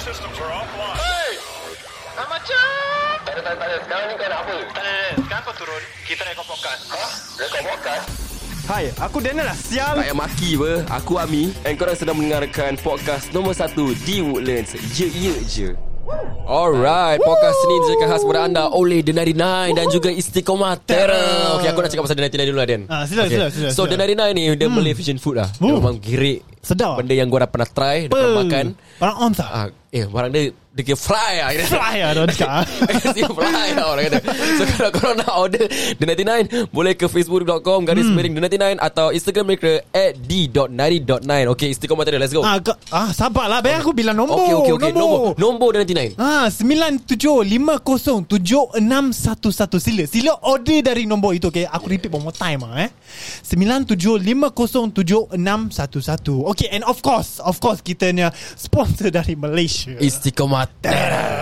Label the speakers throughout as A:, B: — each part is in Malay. A: systems are offline.
B: Hey! Ah, macam.
C: Tak ada, tak ada, tak ada. Sekarang ni kau nak apa?
B: Tak ada, tak ada. Sekarang kau turun. Kita rekod podcast.
C: Ha? Rekod podcast?
D: Hai, aku Daniel lah sial.
E: Tak payah maki apa Aku Ami And korang sedang mendengarkan Podcast nombor 1 Di Woodlands Ye ye je Alright Podcast ni dijaga khas kepada anda Oleh The 99 Dan juga Istiqomah Terra Okay aku nak cakap pasal The 99 dulu lah Dan
F: Ah, sila, sila, sila,
E: So
F: sila.
E: The 99 ni Dia boleh fusion food lah Dia
F: Ooh.
E: memang girik
F: Sedap.
E: Benda yang gua dah pernah try Dah pernah makan
F: Barang on tak?
E: ah, Eh barang dia Dia kira fry lah
F: Fly lah dia orang cakap ah.
E: Kasi fly lah orang kata So kalau korang nak order The 99 Boleh ke facebook.com Garis miring The 99 Atau Instagram mereka At d.90.9 Okay Istiqomah tadi Let's go
F: Ah, ke- ah sabarlah Biar aku bilang nombor
E: Okay okay okay Nombor Nombor The 99
F: Ah, 97507611 sila. Sila order dari nombor itu okey. Aku repeat one more time ah eh. 97507611. Okay and of course, of course kita ni sponsor dari Malaysia.
E: Istiqomah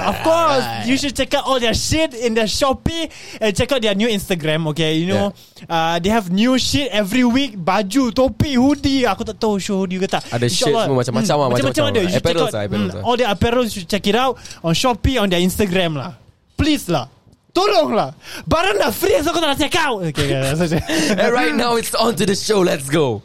F: Of course, you should check out all their shit in their Shopee and check out their new Instagram. Okay, you know, uh, they have new shit every week. Baju, topi, hoodie. Aku tak tahu show hoodie ke tak.
E: Ada shirts
F: InsyaAllah, Hmm,
E: semua macam-macam lah,
F: Macam-macam
E: macam-macam
F: ada. You
E: lah.
F: should check
E: Apparels
F: out
E: lah, apparels
F: mm,
E: lah.
F: all their apparels. You should check it out on Shopee on their Instagram lah. Please lah. Tolonglah Barang dah free So aku tak nak check out Okay, okay that's it.
E: And right now It's on to the show Let's go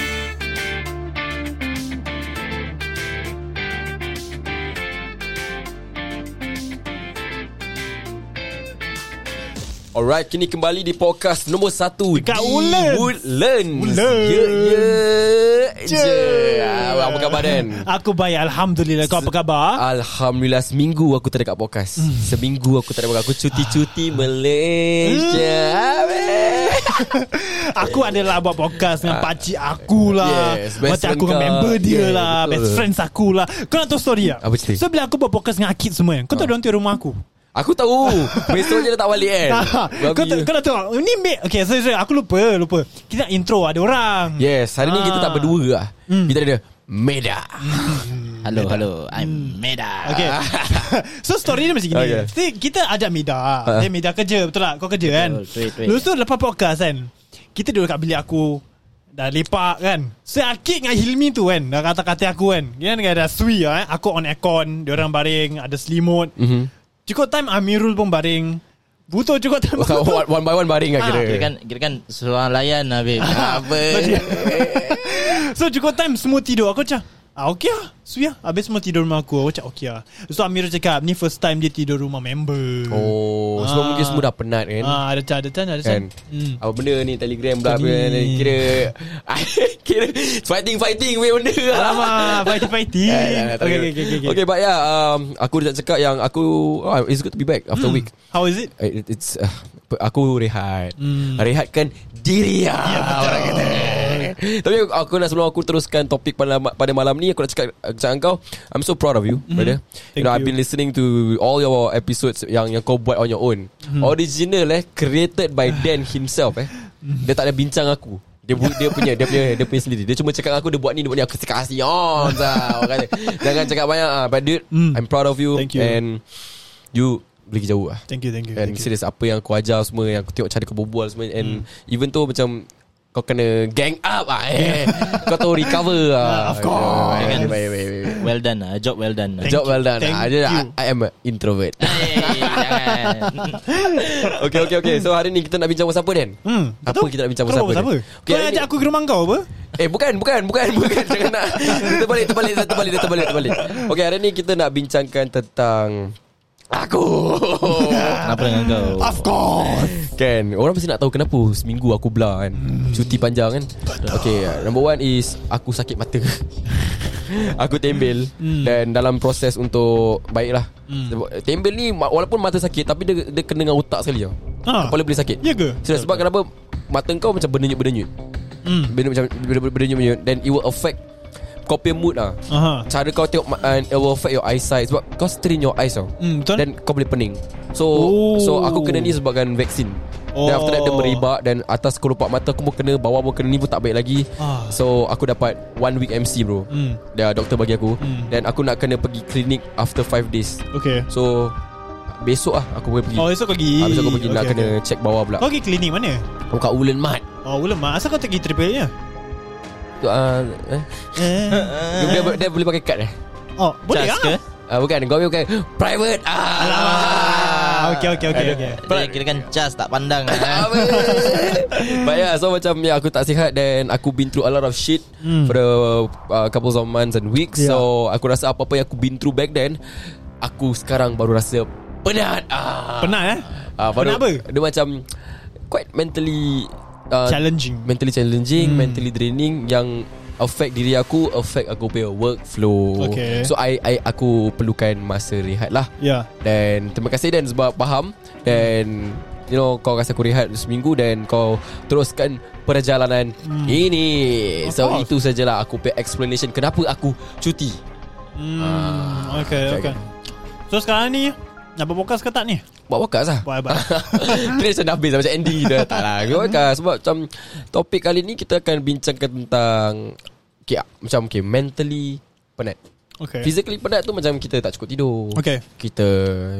E: Alright, kini kembali di podcast nombor 1
F: Dekat
E: di
F: Woodlands.
E: Woodlands.
F: Woodlands.
E: Ye Ye Je. Ah, apa khabar Dan?
F: Aku baik Alhamdulillah Kau apa khabar? Hmm.
E: Alhamdulillah seminggu aku tak dekat podcast. Seminggu aku tak dekat aku
F: Ah.
E: cuti-cuti Malaysia.
F: Hmm.
E: Habis.
F: Aku adalah buat podcast dengan pakcik aku lah
E: Ah. Yes, best
F: Macam aku dengan
E: friend kau.
F: member dia
E: Yeah,
F: lah
E: betul.
F: Best friends aku lah Kau nak tahu story tak?
E: Apa cerita? Ah.
F: So bila aku buat podcast dengan Akid semua kan, Kau tahu diorang tu rumah aku
E: Aku tahu. Besok je dah tak balik kan.
F: Tak. kau,
E: Babi.
F: tahu- kau nak tahu tak? Ni mate Okay sorry, sorry Aku lupa lupa. Kita nak intro ada orang
E: Yes, hari ni
F: Ah. Hmm.
E: kita tak berdua lah. Kita ada Meda.
G: Hello, hello. I'm Meda.
F: Okay So story dia macam gini
E: Okay.
F: Kita, kita ajak Mida Dia Mida kerja Betul tak Kau kerja kan
G: betul, betul.
F: Lepas tu lepas podcast kan Kita duduk kat bilik aku Dah lepak kan So Akik dengan Hilmi tu kan Dah kata-kata aku kan Dia kan dah sui lah eh. Aku on aircon Diorang baring Ada selimut mm-hmm. Cukup time Amirul pun baring Butuh cukup time
E: Kau one, one by one baring
F: Ah,
E: lah kira.
G: Kira kan, kira kan seorang layan lah, babe. Apa?
F: So cukup time semua tidur Aku macam Ah, okay lah Sui lah Habis semua tidur rumah aku Aku macam okay lah So Amirul cakap Ni first time dia tidur rumah member
E: Oh, sebab
F: Ah.
E: mungkin semua dah penat kan.
F: Ah, ada can, ada can, ada can.
E: Kan
F: Hmm.
E: Apa benda ni Telegram pula
F: Betul
E: apa-
F: ni.
E: Kira Kira Fighting fighting Weh benda lah.
F: Alamak, fighting-fighting.
E: Eh, dah, dah, tak
F: Okay,
E: kira.
F: okay, okay, okay.
E: Okay, but yeah, um, aku dah cakap yang aku oh, it's good to be back after
F: Hmm.
E: a week.
F: How is it?
E: It, it's uh, aku rehat.
F: Hmm.
E: Rehatkan diri ya. orang kata. Tapi aku, aku nak sebelum aku teruskan topik pada ma- pada malam ni aku nak cakap aku cakap dengan kau I'm so proud of you, brother.
F: Hmm. Thank
E: you know I've
F: you.
E: been listening to all your episodes yang yang kau buat on your own.
F: Hmm.
E: Original eh created by Dan himself eh.
F: Hmm.
E: Dia tak ada bincang aku. Dia bu- dia punya dia punya dia punya sendiri. Dia cuma cakap dengan aku dia buat ni dia buat ni aku cakap asyik on sah. Orang kata. Jangan cakap banyak ah. But dude,
F: Mm.
E: I'm proud of you,
F: Thank you.
E: and you pergi jauh lah.
F: Thank you, thank you. Hmm.
E: And
F: Thank you.
E: serious Apa yang aku ajar semua Yang aku tengok cara kau berbual semua And even tu macam Kau kena gang up lah eh. Kau tahu recover lah
F: of course.
E: Baik, baik, baik, baik, baik.
G: Well done lah. Job well done lah.
E: Job well done ah.
F: Thank
E: I, just-
F: you.
E: I, I am an introvert
G: Hey, jangan.
E: Okay okay okay So hari ni kita nak bincang pasal apa Dan?
F: Hmm,
E: apa
F: betul?
E: kita nak bincang
F: Kau
E: pasal
F: buat
E: apa? Dan?
F: apa?
E: Okay,
F: Kau
E: hari ni-
F: ajak aku ke rumah kau apa?
E: Eh bukan bukan bukan bukan jangan nak terbalik terbalik terbalik terbalik terbalik. Okey hari ni kita nak bincangkan tentang aku.
G: Kenapa dengan kau?
F: Of course.
E: kan orang mesti nak tahu kenapa seminggu aku belah kan.
F: Hmm.
E: Cuti panjang kan. Okey number one is aku sakit mata. aku tembel
F: Hmm.
E: dan dalam proses untuk baiklah. Tembel ni ma- walaupun mata sakit tapi dia dia kena dengan otak sekali tau.
F: Ha.
E: Kepala boleh sakit.
F: Ya ke?
E: Serius, sebab kenapa mata kau macam berdenyut-berdenyut. Hmm. Berdenyut macam berdenyut-berdenyut then it will affect kau punya mood ah.
F: Aha.
E: Cara kau tengok ma- and it will affect your eyesight sebab kau strain your eyes tau.
F: Hmm, betul.
E: Then kau boleh pening. So
F: Oh.
E: so aku kena ni sebabkan vaksin. oh. Then after that dia
F: Oh.
E: meribak Dan atas kelopak mata aku pun kena Bawah pun kena Ni pun tak baik lagi
F: Ah.
E: So aku dapat One week MC bro
F: Hmm.
E: Dia doktor bagi aku
F: Hmm.
E: Dan aku nak kena pergi klinik After 5 days
F: Okay
E: So Besok lah aku boleh pergi
F: Oh esok kau pergi
E: Habis aku Ah, pergi okay, nak
F: Okay,
E: kena
F: okay.
E: check bawah pula
F: Kau pergi klinik mana?
E: Kau kat Ulen Mat
F: Oh boleh mak Asal kau tak pergi triple ya? nya?
E: uh, eh? dia, dia, dia, boleh pakai kad eh
F: Oh boleh
G: Charge
F: lah
G: ke?
E: uh, Bukan Kau boleh pakai Private ah.
F: Ah, okay, okay, okay, okay.
G: Dia kira kan cas tak pandang
F: Ah.
G: eh.
E: But yeah ah, So macam yeah, Aku tak sihat Then aku been through A lot of shit
F: Hmm.
E: mm. For the uh, Couple of months and weeks
F: Ya.
E: yeah. So aku rasa apa-apa Yang aku been through back then Aku sekarang baru rasa Penat ah.
F: Penat eh?
E: ah, baru,
F: penat apa?
E: Dia macam Quite mentally uh,
F: Challenging.
E: Mentally
F: Hmm.
E: challenging mm. Mentally draining Yang affect diri aku affect aku punya workflow
F: Okay.
E: so I, I aku perlukan masa rehat lah
F: Ya.
E: dan terima kasih Dan sebab faham Dan You know Kau rasa aku rehat seminggu Dan kau Teruskan perjalanan hmm. Ini
F: Of
E: So
F: course.
E: itu sajalah Aku pay explanation Kenapa aku cuti
F: Hmm, okay,
E: okay.
F: okay. So sekarang ni nak buat podcast ke tak ni?
E: Buat podcast lah
F: Buat apa?
E: Kira macam dah habis lah, Macam ending dah Tak lah Buat podcast Sebab macam Topik kali ni Kita akan bincangkan tentang okay, Macam okay Mentally Penat
F: Okay.
E: Physically penat tu Macam kita tak cukup tidur
F: Okay.
E: Kita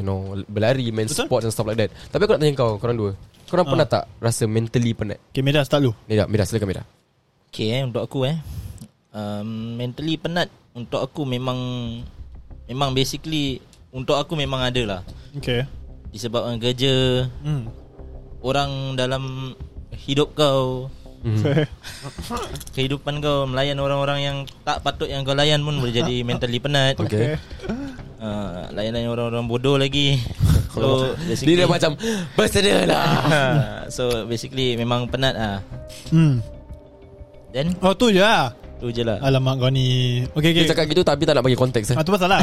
E: You know Berlari Main
F: Betul. Ah.
E: sports and stuff like that Tapi aku nak tanya kau Korang dua Korang pernah tak Rasa mentally penat
F: Okay, Meda start dulu.
E: Mira, Mira silakan Mira
G: Okay eh untuk aku eh um, Mentally penat Untuk aku memang Memang basically Untuk aku memang ada lah
F: Okay.
G: Disebabkan kerja
F: Hmm.
G: Orang dalam Hidup kau
E: Hmm.
F: Okay.
G: Kehidupan kau Melayan orang-orang yang Tak patut yang kau layan pun Boleh jadi mentally penat
E: Okay,
G: uh, Layan-layan orang-orang bodoh lagi So basically
E: Dia dah macam Bersedia lah
G: Ah, So basically memang penat ah.
F: Hmm.
G: Then
F: Oh tu je lah.
G: tu je lah
F: Alamak kau ni. Okay, okay.
E: Dia cakap gitu Tapi tak nak bagi konteks eh.
F: Ah, tu pasal lah.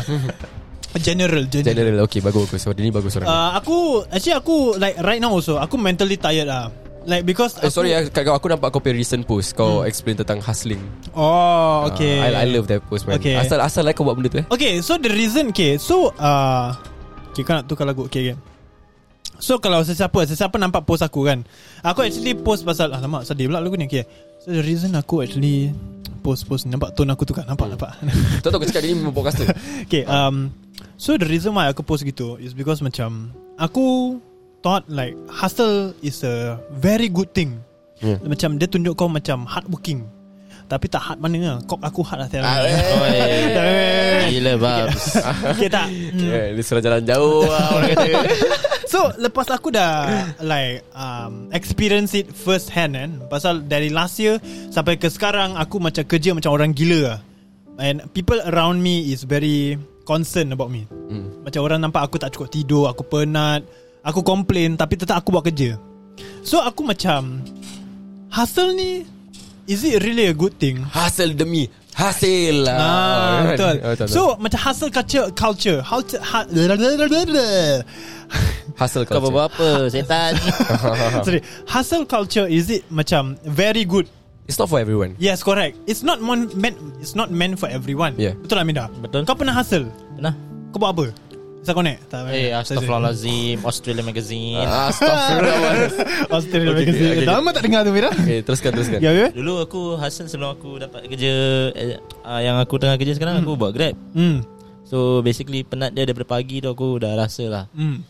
F: general, general.
E: General Okay bagus bagus Sorry ni bagus orang
F: Uh, aku actually aku like right now also aku mentally tired lah. Like because aku,
E: Eh, sorry ya, kau aku nampak kau punya recent post kau explain tentang hustling.
F: Oh,
E: Ah,
F: okay.
E: I, I love that post man.
F: Okay.
E: Asal asal lah kau buat benda tu eh.
F: Okay so the reason Okay so uh, Okay kau nak tukar lagu Okay okay So kalau sesiapa Sesiapa nampak post aku kan Aku actually post pasal Alamak sedih pula lagu ni Okay So the reason aku actually Post-post ni. Nampak tone aku tukar Nampak nampak
E: Tahu tak kau cakap dia ni podcast tu.
F: Okay um, So the reason why aku post gitu Is because macam Aku Thought like Hustle is a Very good thing
E: Yeah.
F: Macam dia tunjuk kau macam Hardworking Tapi tak hard mana lah Kok aku hard lah tiap
G: Ah,
F: hari.
G: eh. Oi. Gila babs
F: Okay tak Hmm.
E: Yeah, dia suruh jalan jauh lah orang kata.
F: So lepas aku dah Like um, Experience it first hand kan Pasal dari last year Sampai ke sekarang Aku macam kerja Macam orang gila lah. And people around me Is very Concerned about me mm. Macam orang nampak Aku tak cukup tidur Aku penat Aku complain Tapi tetap aku buat kerja So aku macam Hustle ni Is it really a good thing?
E: Hasil demi hasil lah.
F: Ah,
E: Alright.
F: betul.
E: Oh,
F: So macam hustle culture culture. Hustle, ha-
E: hasil
G: Kau
E: culture.
G: apa-apa Setan
F: Sorry Hustle culture Is it macam Very good
E: It's not for everyone.
F: Yes correct It's not mon- meant It's not meant for everyone
E: Yeah.
F: Betul Aminda
G: Betul.
F: Kau pernah hustle
G: Nah
F: Kau buat apa Saya connect tak,
G: Eh
F: tak, tak.
G: Astaghfirullahalazim Australia Magazine
E: Astaghfirullah.
F: Australia
E: Okay,
F: magazine.
E: okay, okay.
F: Lama tak dengar tu Mira
E: okay, teruskan teruskan.
F: Ya ya
G: Dulu aku hasil sebelum aku dapat kerja eh, ah, Yang aku tengah kerja sekarang Aku buat grab
F: Hmm
G: So basically penat dia daripada pagi tu Aku dah rasa lah
F: Hmm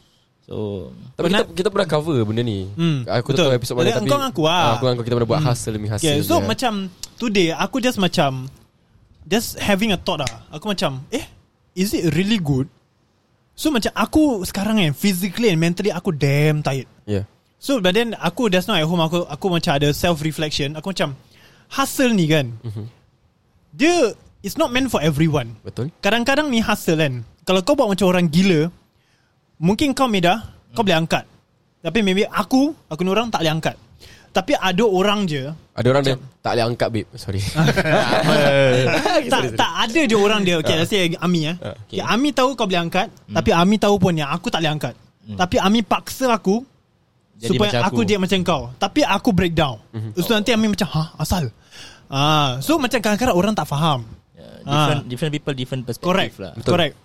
G: So
E: Tapi kita, kita pernah cover benda ni
F: Hmm,
E: Aku
F: betul.
E: tak tahu episod mana
F: Jadi,
E: tapi
F: engkau dengan aku lah.
E: Ah, Aku dengan kau kita pernah buat hustle demi hustle Ya.
F: Okay, so
E: je.
F: macam today aku just macam just having a thought lah. Aku macam, eh, is it really good? So macam aku sekarang kan physically and mentally aku damn tired.
E: Yeah
F: So but then aku just now at home aku aku macam ada self reflection. Aku macam hustle ni kan. Mm-hmm. Dia it's not meant for everyone.
E: Betul
F: Kadang-kadang ni hustle kan. Kalau kau buat macam orang gila, mungkin kau meda, kau boleh angkat. Tapi maybe aku, aku ni orang tak boleh angkat. Tapi ada orang je
E: Ada orang dia tak boleh angkat babe Sorry
F: Ah. tak, tak ada je orang dia Okay let's say Ami eh okay. Ami tahu kau boleh angkat Tapi Ami tahu pun yang Aku tak boleh angkat Tapi Ami paksa aku
G: Jadi
F: Supaya
G: macam
F: aku,
G: aku.
F: jadi macam kau Tapi aku breakdown Lepas tu nanti Ami macam Ha asal ah, So macam kadang-kadang orang tak faham
G: Ya, uh, different, different people Different perspective
F: Ah. Correct
G: lah
F: Correct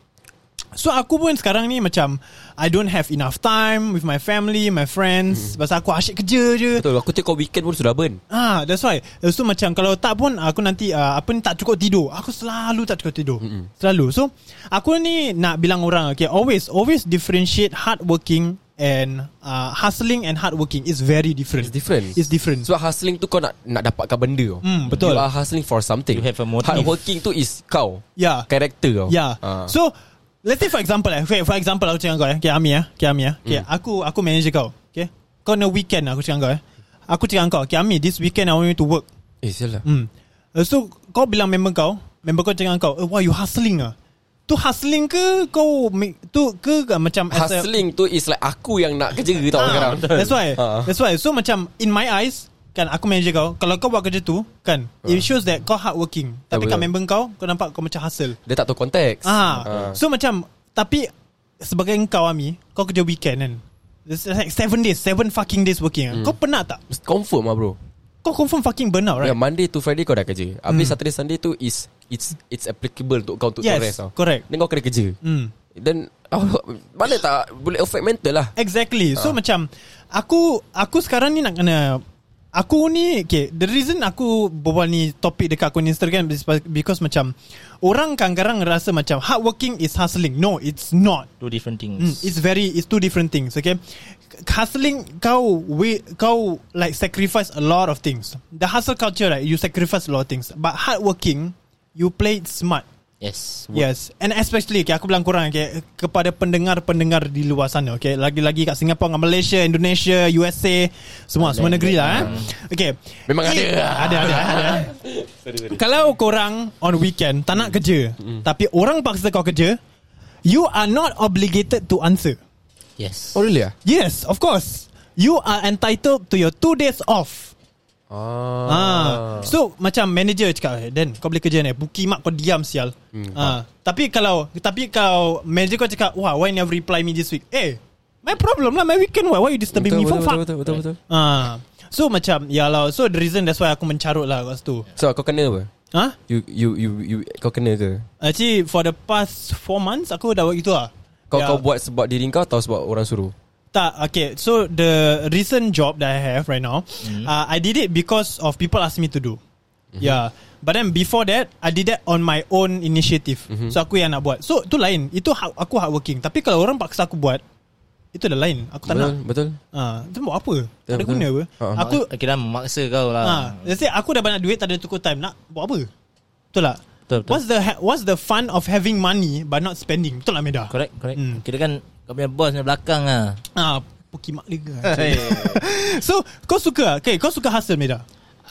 F: So aku pun sekarang ni macam I don't have enough time with my family, my friends. Pasal aku asyik kerja je.
E: Betul aku tengok weekend pun sudah burn
F: Ah, that's why. Lepas tu macam kalau tak pun aku nanti uh, apa ni tak cukup tidur. Aku selalu tak cukup tidur. Mm-hmm. Selalu. So, aku ni nak bilang orang okay, always always differentiate hard working and uh, hustling and hard working is very different.
E: It's different
F: It's different. So,
E: Sebab hustling tu kau nak nak dapatkan benda
F: Hmm, betul.
E: You are hustling for something
G: You have a motive.
E: Hard working tu is kau
F: yeah.
E: Karakter kau
F: Yeah. Ya.
E: Ah.
F: So let's say for example eh, okay, for example aku cakap kau eh, okay Ami eh, okay Ami eh.
E: Hmm.
F: Okay, aku aku manager kau. Okay. Kau no weekend aku cakap kau eh. Aku cakap kau, okay Ami, this weekend I want you to work.
E: Eh sial lah
F: Hmm. Lepas tu kau bilang member kau, member kau cakap kau, eh, wah you hustling ah. Tu hustling ke kau make- tu ke ke macam as a-
E: Hustling tu is like aku yang nak kerja tau
F: Ah,
E: sekarang
F: That's why.
E: Ah.
F: That's why. So macam in my eyes kan aku manager kau kalau kau buat kerja tu kan it shows that kau hard working tapi
E: Ah. betul.
F: kat member kau kau nampak kau macam hustle
E: Dia tak tahu konteks
F: Ah,
E: Ah.
F: so macam tapi sebagai engkau Ami, kau kerja weekend kan. It's like seven days, seven fucking days working. Mm. Kau penat tak?
E: Confirm lah bro
F: Kau confirm fucking burnout,
E: right.
F: right? Hmm.
E: yeah, Monday to Friday kau dah kerja Habis Saturday Sunday tu is It's it's applicable untuk kau Untuk
F: Yes,
E: kau rest tau
F: correct.
E: Then kau kena kerja
F: Hmm.
E: Then oh, Mana tak Boleh affect mental lah
F: Exactly. So macam aku aku sekarang ni nak kena aku ni okay, the reason aku berbual ni topik dekat akun Instagram is because macam orang kadang-kadang rasa macam hard working is hustling. No, it's not.
G: Two different
F: Mm,
G: things
F: it's very it's two different things, okay? Hustling kau we, kau like sacrifice a lot of things. The hustle culture right, you sacrifice a lot of things. But hard working, you play it smart.
G: Yes
F: Yes And especially okay, Aku bilang korang okay, Kepada pendengar-pendengar Di luar sana okay? Lagi-lagi kat Singapura dengan Malaysia Indonesia USA Semua Semua negeri lah eh. Okay
E: Memang ada.
F: Ada ada, ada. Kalau korang On weekend Tak nak
E: Hmm.
F: kerja Tapi orang paksa kau kerja You are not obligated to answer
G: Yes
E: Oh really lah
F: Yes of course You are entitled To your two days off
E: ah.
F: Ah. So macam manager cakap "Eh, Dan kau boleh kerja ni Buki mak kau diam sial
E: Hmm.
F: ah. Tapi kalau Tapi kau Manager kau cakap Wah why never reply me this week Eh My problem lah My weekend why, why you disturbing
E: betul,
F: me for
E: betul,
F: fuck
E: betul, betul, betul, betul,
F: Ah. So macam Ya lah So the reason that's why Aku mencarut lah kat situ
E: So kau kena apa
F: Ha?
E: You you you, you Kau kena ke
F: Actually for the past 4 months Aku dah buat gitu lah
E: Kau
F: Ya.
E: kau buat sebab diri kau Atau sebab orang suruh
F: Tak, okay. So the recent job that I have right now,
G: Mm-hmm.
F: uh, I did it because of people asked me to do. Yeah. But then before that, I did that on my own initiative.
G: Mm-hmm.
F: So aku yang nak buat. So tu lain. Itu ha- aku hardworking. Tapi kalau orang paksa aku buat, itu dah lain. Aku tak
E: Betul
F: nak.
E: Betul
F: Ah, tu buat apa?
E: Ya,
F: Tak ada
E: betul.
F: guna apa?
E: Ha.
G: Ah,
F: Aku
G: Kira memaksa kau
F: ah,
G: lah
F: let's say aku dah banyak duit tak ada cukup time nak buat apa? Betul tak?
G: Betul, betul.
F: What's the ha- what's the fun of having money but not spending? Betul lah Meda?
G: Correct correct
F: Hmm.
G: Kira kan kau punya boss punya belakang lah
F: Ah, pukimak dia ke? so, kau suka, ah? okay, kau suka hustle Meda?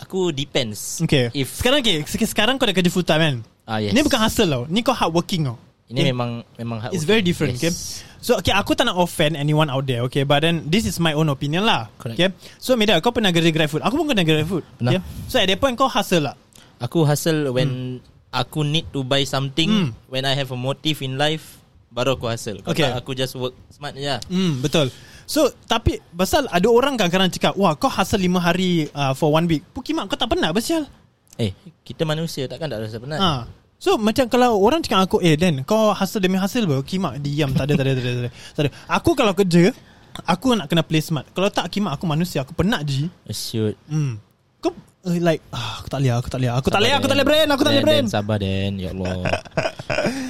G: Aku depends
F: Okay Kan-
G: If
F: Sekarang okay se- Sekarang kau dah kerja full time kan
G: Ah, yes.
F: Ni bukan hustle tau Ni kau hard working tau
G: Ini memang memang hard
F: It's
G: working.
F: very different okay So okay aku tak nak offend anyone out there Okay but then This is my own opinion lah
G: Correct.
F: okay? So Meda kau pernah kerja grab food Aku pun pernah grab food
G: Pernah.
F: So at that point kau hustle lah
G: Aku hustle when Aku need to buy
F: Hmm.
G: something When I have a motive in life Baru aku hustle Kalau
F: Okay.
G: tak, Aku just work smart je lah
F: Hmm betul So tapi Pasal ada orang kadang-kadang cakap Wah kau hustle 5 hari uh, For one week Pukimak kau tak pernah Pasal
G: Eh kita manusia takkan tak rasa penat
F: Ha. So macam kalau orang cakap aku Eh Dan kau hustle demi hustle bro Kimak diam tak ada, tak ada tak ada tak ada tak ada Aku kalau kerja Aku nak kena play smart Kalau tak kimak aku manusia Aku penat je
G: Oh, Shoot
F: hmm. Kau eh, like ah, Aku tak boleh aku tak boleh Aku tak boleh
G: Sabar,
F: aku tak
G: Dan.
F: boleh brand Aku tak boleh
G: Dan,
F: brand
G: Dan, Sabar Dan Ya Allah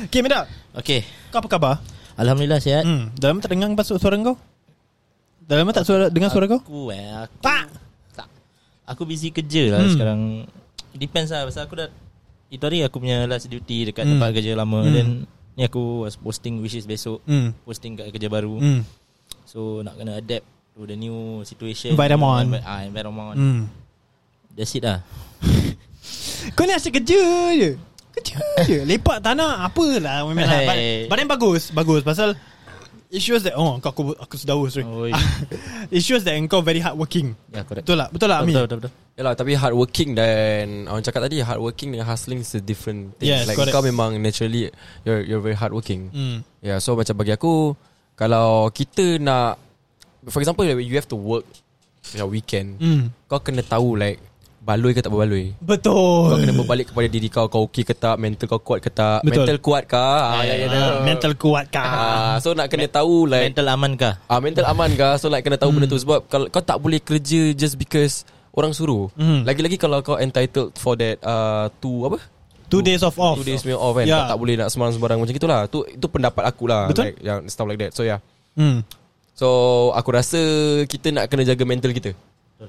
F: Okay Meda
G: Okay
F: Kau apa khabar?
G: Alhamdulillah sihat
F: Hmm. Dah lama tak dengar pasal suara kau? Dah lama tak suara, dengar suara kau?
G: Aku eh aku,
F: Tak.
G: tak Aku busy kerja lah
F: Hmm.
G: sekarang Depends lah Pasal aku dah Itu hari aku punya last duty Dekat
F: Hmm.
G: tempat kerja lama
F: Hmm.
G: Then Ni aku was posting Which is besok
F: Hmm.
G: Posting kat kerja baru
F: Hmm.
G: So nak kena adapt To the new situation
F: Environment.
G: Ah, Environment
F: Hmm.
G: That's it lah
F: Kau ni asyik kerja je Kerja je Lepak tanah Apalah memang lah. But,
G: Hey.
F: but then bagus Bagus Pasal It shows that Oh kau, aku, aku sudah haus sorry.
G: Oi.
F: It shows that Engkau very hard working
G: Ya correct
F: Betul lah Betul lah Amir
G: Betul betul, betul, betul.
E: Yalah tapi hard working dan Orang cakap tadi Hard working dengan hustling Is a different thing
F: Yes,
E: Like
F: correct.
E: kau memang naturally You're, you're very hard working
F: Hmm.
E: Yeah, Ya, so macam bagi aku kalau kita nak for example you have to work macam weekend.
F: Hmm.
E: Kau kena tahu like Baloi ke tak berbaloi Kau
F: Betul
E: kena berbalik kepada diri kau Kau okey ke tak Mental kau kuat ke tak
F: Betul.
E: Mental kuat ke ah, ya, ya, ya.
F: Ah, Mental kuat kah
E: Ah, So nak kena tahu like
G: Mental aman kah?
E: Ah mental aman ke So like kena tahu benda tu
F: Hmm.
E: Sebab kalau kau tak boleh kerja Just because Orang suruh
F: Mm.
E: Lagi-lagi kalau kau entitled For that uh, Two apa
F: Two days of off
E: Two days punya off kan
F: Yeah.
E: yeah. tak, tak boleh nak sembarang-sembarang Macam itulah Itu itu pendapat aku lah
F: Betul.
E: like, yang Stuff like that So yeah
F: Hmm.
E: So aku rasa Kita nak kena jaga mental kita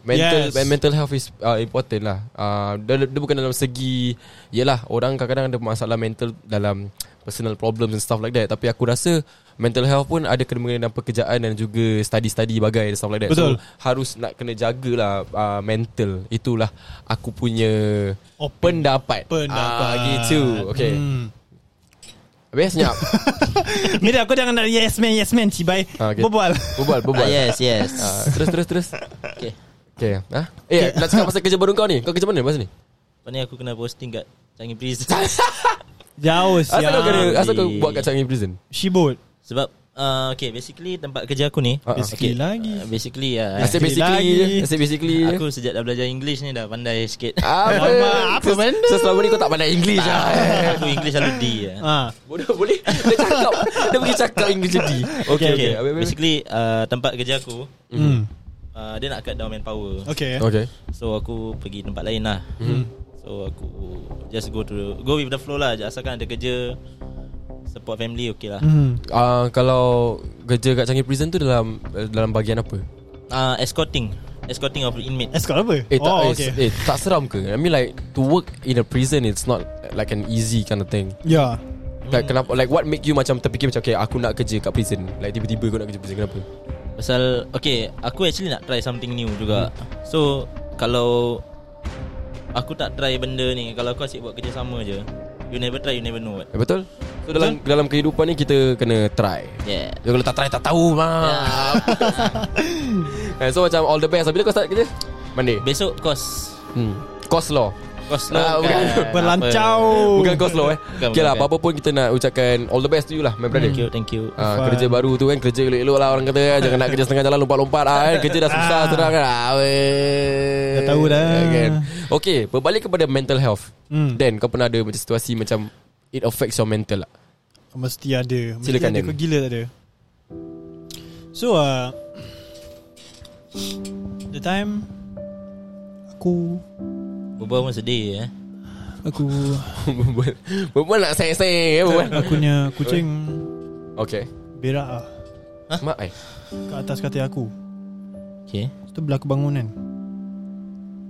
E: Mental
F: Yes.
E: yes. mental health is uh, important lah uh, dia, dia bukan dalam segi Yelah orang kadang-kadang ada masalah mental Dalam personal problems and stuff like that Tapi aku rasa Mental health pun ada kena mengenai dengan pekerjaan Dan juga study-study bagai and stuff like that
F: Betul.
E: So harus nak kena jagalah uh, mental Itulah aku punya
F: Opin-
E: pendapat
F: pendapat.
E: Ah, Gitu Okay
F: Hmm.
E: Habis senyap
F: Mira aku jangan nak yes man yes man cibai.
E: Ah, okay.
F: Berbual.
E: Berbual
G: Ah,
E: Berbual
G: yes, yes.
E: Ah, Terus terus terus
G: Okay.
E: Okay ha? Eh nak cakap pasal kerja baru kau ni Kau kerja mana masa ni
G: Lepas ni aku kena posting kat Changi Prison.
F: Jauh
E: Asal kau kena
F: siap.
E: Asal kau buat kat Changi Prison
F: Shibut.
G: Sebab uh, okay, basically tempat kerja aku ni.
E: Ah, ah.
F: Basically lagi.
G: Uh, basically uh,
E: Nasib
F: Okey,
E: basically
F: lagi.
E: je Nasib basically je
G: aku sejak dah belajar English ni dah pandai sikit.
E: Apa
F: Alamak, apa
E: So-
F: benda?
E: So selama ni kau tak pandai English lah eh.
G: aku English selalu D. ah.
F: Ah.
E: Bodoh boleh Dia cakap Dia pergi cakap English jadi Okay okay
G: Okay, basically uh, tempat kerja aku
E: Mm-hmm.
F: Hmm.
G: uh, dia nak cut down manpower.
F: Okay.
E: Okay
G: So aku pergi tempat lain lah hmm. So aku Just go to Go with the flow lah Asalkan ada kerja Support family okay lah hmm.
F: Hmm.
E: Ah, Kalau kerja kat Changi Prison tu dalam dalam bahagian apa?
G: uh, Escorting Escorting of inmate
F: Escort apa?
E: Eh tak
F: oh,
E: oh,
F: okay.
E: eh, tak seram ke? I mean like to work in a prison it's not like an easy kind of thing.
F: Ya.
E: Like kenapa like what make you macam terfikir macam okay aku nak kerja kat prison. Like tiba-tiba kau nak kerja prison kenapa?
G: Pasal Okay Aku actually nak try something new juga So Kalau Aku tak try benda ni Kalau kau asyik buat kerja sama je You never try You never know what
E: Eh, betul? So dalam dalam kehidupan ni kita kena try.
G: Yeah
E: Ya kalau tak try tak
G: Ya.
E: tahu mah. Yeah. so macam all the best. Bila kau start kerja? Monday.
G: Besok kos
E: Hmm. Cost law.
G: Kos lah
E: Ah, bukan.
F: Berlancau.
E: Bukan cost law eh.
G: Bukan,
E: okay
G: bukan, Hmm.
E: lah,
G: bukan.
E: apa-apa pun kita nak ucapkan all the best to you lah, my brother.
G: Thank you Thank you
E: Ah,
F: Fun.
E: kerja baru tu kan Kerja elok-elok lah orang kata Jangan nak kerja setengah jalan Lompat-lompat lah kan Kerja dah susah
F: Ah.
E: Sedang kan ah, weh.
F: Dah tahu dah.
E: kan? Okay Berbalik kepada mental health
F: Hmm.
E: Dan kau pernah ada macam situasi Macam It affects your mental lah
F: Mesti ada. Mesti
E: Silakan,
F: ada.
E: Dan.
F: Kau gila tak ada. So uh, the time aku
G: Berbual pun sedih eh
F: aku
E: Perempuan Perempuan nak sayang-sayang eh, Perempuan
F: aku punya kucing
E: Okay
F: berak ah
E: Mak eh. ai
F: kat atas katil aku.
G: Okay
F: Lepas tu bila aku bangun kan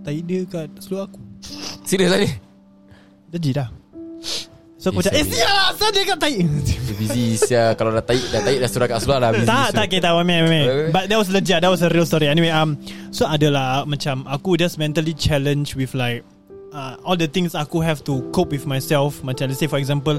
F: Tai dia kat seluar aku
E: Serius lah tadi
F: Legit dah So aku
E: Eh,
F: macam Eh
E: sorry.
F: siap Asal dia kat tai
E: Dia busy sia Kalau dah taik Dah taik dah surat kat sebelah dah busy
F: Tak
E: so.
F: tak kita wait, wait, lah. wait.
E: Eh.
F: But that was legit That was a real story Anyway um So adalah Macam aku just mentally challenged With like uh, All the things aku have to Cope with myself Macam let's say for example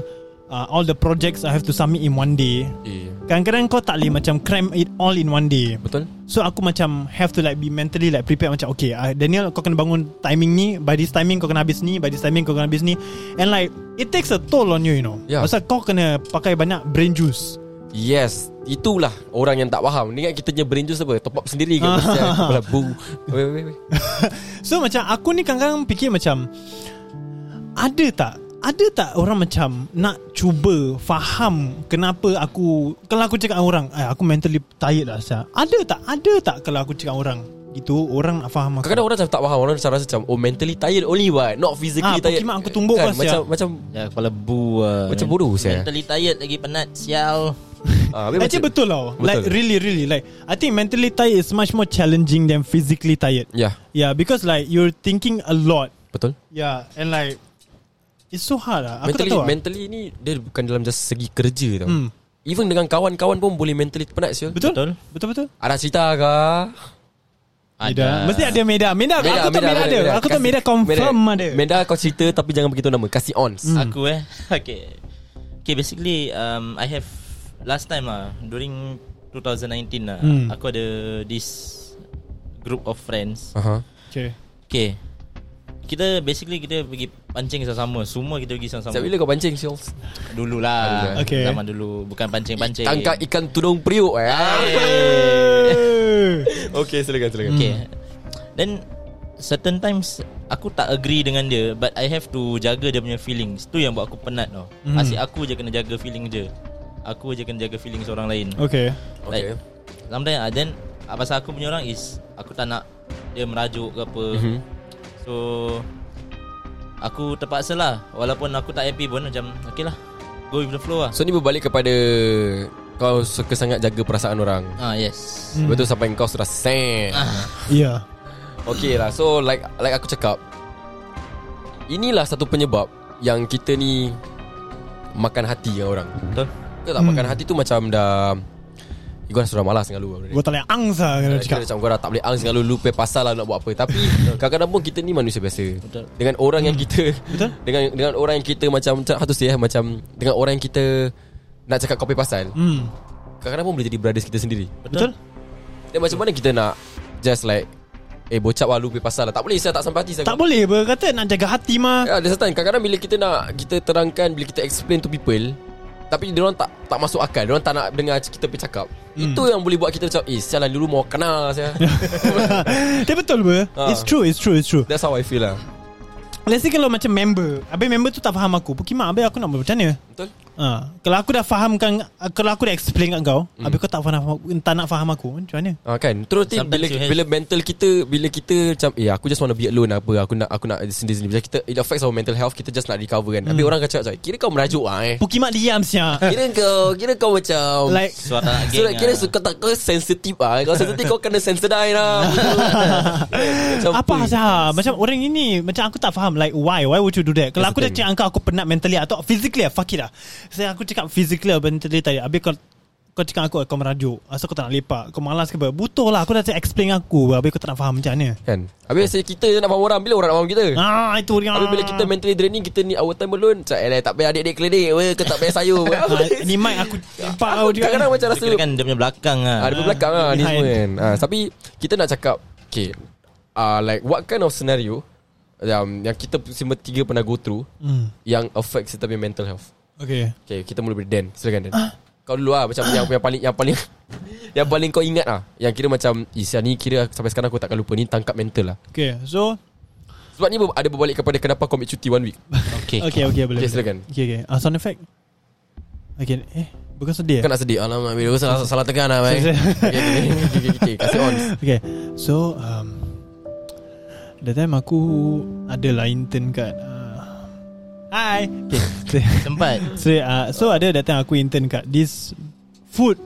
F: uh, All the projects I have to submit in one day
E: eh,
F: Kadang-kadang kau tak boleh Macam cram it all in one day
E: Betul
F: So aku macam Have to like be mentally like prepared Macam okay uh, Daniel kau kena bangun timing ni By this timing kau kena habis ni By this timing kau kena habis ni And like It takes a toll on you you know
E: Yeah.
F: Pasal kau kena pakai banyak brain juice
E: Yes Itulah Orang yang tak faham Ni kan kita punya brain juice apa Top up sendiri
F: Ah.
E: ke Kepala bu Wait wait wait
F: So macam aku ni kadang-kadang fikir macam Ada tak ada tak orang macam nak cuba faham kenapa aku kalau aku cakap dengan orang eh, aku mentally tired lah Syah. Ada tak ada tak kalau aku cakap dengan orang gitu orang nak faham aku.
E: Kadang-kadang orang macam tak faham Orang macam rasa macam Oh mentally tired only what Not physically
F: Ah,
E: tired Kan,
F: Pokemon aku tumbuk kau,
E: Macam
F: siap.
E: Macam
G: Ya kepala bu uh,
E: Macam bodoh, saya.
G: Mentally tired lagi penat Sial
E: ah, habis
F: Actually betul tau
E: Betul.
F: Like really really Like I think mentally tired Is much more challenging Than physically tired
E: Ya
F: Yeah because like You're thinking a lot
E: Betul
F: Yeah and like It's so hard lah Aku
E: mentally,
F: tak tahu lah.
E: mentally ni Dia bukan dalam just segi kerja tau
F: Hmm.
E: Even dengan kawan-kawan pun Boleh mentally penat siul
F: Betul?
G: Betul.
F: Betul betul
E: Ada cerita ke
F: Meda Mesti ada Meda Meda, Aku tahu Meda, ada Aku tahu
E: Kasih-
F: Meda confirm ada
E: Meda kau cerita Tapi jangan begitu nama Kasih ons
G: Hmm. Aku eh Okay Okay basically um, I have Last time lah During 2019 lah
F: Hmm.
G: Aku ada This Group of friends
E: Aha.
F: Okay
G: Okay Kita basically Kita pergi pancing sama-sama Semua kita pergi sama-sama
E: Sejak bila kau pancing Syul?
G: Dulu lah
F: Okay.
G: Zaman dulu Bukan pancing-pancing
E: Tangkap ikan tudung periuk eh. Hmm.
G: Eh.
F: Eh.
E: Okey silakan silakan.
G: Okay Then certain times aku tak agree dengan dia but I have to jaga dia punya feelings. Tu yang buat aku penat tau.
F: Hmm.
G: Mm. Asyik aku je kena jaga feeling dia. Aku je kena jaga feeling seorang lain.
F: Okay
E: Oh, Okay.
G: Like Sometimes ah, Then ah, Pasal aku punya orang is Aku tak nak Dia merajuk ke apa
E: Mhm.
G: mm-hmm. So Aku terpaksa lah Walaupun aku tak happy pun Macam Okay lah Go with the flow lah
E: So ni berbalik kepada kau suka sangat jaga perasaan orang.
G: Ah yes
E: Hmm. Betul sampai kau sudah sen.
F: Yeah
E: Okay lah So like like aku cakap Inilah satu penyebab Yang kita ni Makan hati dengan orang
G: Betul
E: Betul tak hmm. makan hati tu macam dah eh, Gua dah sudah malas dengan lu benda ni.
F: Gua tak boleh angsa Kena
E: Kita
F: cakap
E: macam kau dah tak boleh angst dengan lu Lu pay pasal lah nak buat apa Tapi kadang-kadang pun kita ni manusia biasa
G: Betul.
E: Dengan orang yang kita
F: Hmm. Betul.
E: Dengan dengan orang yang kita macam macam- How to say eh Macam Dengan orang yang kita Nak cakap kopi pasal
F: Hmm
E: Kadang-kadang pun boleh jadi brothers kita sendiri
F: Betul
E: Dan macam mana kita nak Just like Eh bocap lah lu pay pasal lah Tak boleh saya tak sampai hati saya
F: Tak boleh berkata nak jaga hati mah
E: Ya, ada satu time kadang-kadang bila kita nak kita terangkan bila kita explain to people tapi dia orang tak tak masuk akal. Dia orang tak nak dengar kita bercakap. Hmm. Itu yang boleh buat kita macam eh sialan dulu mau kena saya.
F: Tapi betul ber
E: Ah.
F: It's true It's true It's true
E: That's how I feel lah.
F: Let's say kalau macam member Habis member tu tak faham aku Pukimak habis aku nak buat macam mana
E: Betul?
F: Ha, kalau aku dah fahamkan Kalau aku dah explain kat kau mm.
E: Hmm.
F: Habis kau tak, faham, tak nak faham aku Macam mana?
E: Ha, kan Terus nanti
G: Sometimes
E: bila,
G: you have-
E: bila mental kita Bila kita macam Eh aku just want to be alone apa Aku nak aku nak sendiri-sendiri Macam kita It affects our mental health Kita just nak recover kan Tapi orang akan cakap macam, Kira kau merajuk ah eh
F: Pukimak diam siap
E: Kira kau Kira kau macam
F: Like
G: Suara nak
E: So,
G: geng
E: like,
G: ah.
E: kira suka tak kau sensitif ah. Kalau sensitif kau kena sensitize lah. Macam,
F: Apa
E: eh,
F: sah Macam orang ini Macam aku tak faham Like why Why would you do that Kalau
E: That's
F: aku
E: the
F: dah
E: thing.
F: cakap dengan kau Aku penat mentally Atau physically ah, Fuck it lah Saya aku cakap physically ah, Mentally tadi Habis kau kau cakap aku eh, Kau merajuk Ah, So kau tak nak lepak Kau malas ke apa Butuh lah Aku dah cakap explain aku Habis kau tak nak faham macam mana
E: Kan Habis saya kita je nak faham orang Bila orang nak faham kita ha?
F: Ah itu dia
E: Habis bila kita mentally draining Kita ni our time belum Cak eh, tak payah adik-adik kledek weh, Ke tak payah sayur weh.
F: Ah, Ni mic aku Lepak kau juga Ah,
E: Kadang-kadang macam rasa
G: Dia kira kan dia punya belakang lah
E: Ada belakang lah Ni
F: behind.
E: semua kan ha, Tapi Kita nak cakap Okay uh, Like what kind of scenario um, Yang kita semua tiga pernah go through
F: Hmm,
E: Yang affect kita punya mental health
F: Okay
E: Okay kita mula dari Dan Silakan Dan
F: Ah.
E: Kau dulu lah Macam yang, yang paling Yang paling Yang paling kau ingat lah Yang kira macam Isya ni kira Sampai sekarang aku takkan lupa Ni tangkap mental lah
F: Okay so
E: Sebab ni ber- ada berbalik kepada Kenapa kau ambil cuti one week
G: Okay, okay.
F: Okay okay boleh
E: Okay
F: boleh.
E: Eh, silakan
F: Okay okay Ah sound effect Okay eh Bukan sedih eh?
E: Kau nak sedih Alamak Bila kau salah, salah tekan lah
F: Sorry,
E: Okay
F: sorry.
E: okay okay, okay, okay, Kasih on
F: Okay So um, That time aku Adalah intern kat uh, Hi Okay So,
G: Tempat
F: so, uh, so ada that time aku intern kat This Food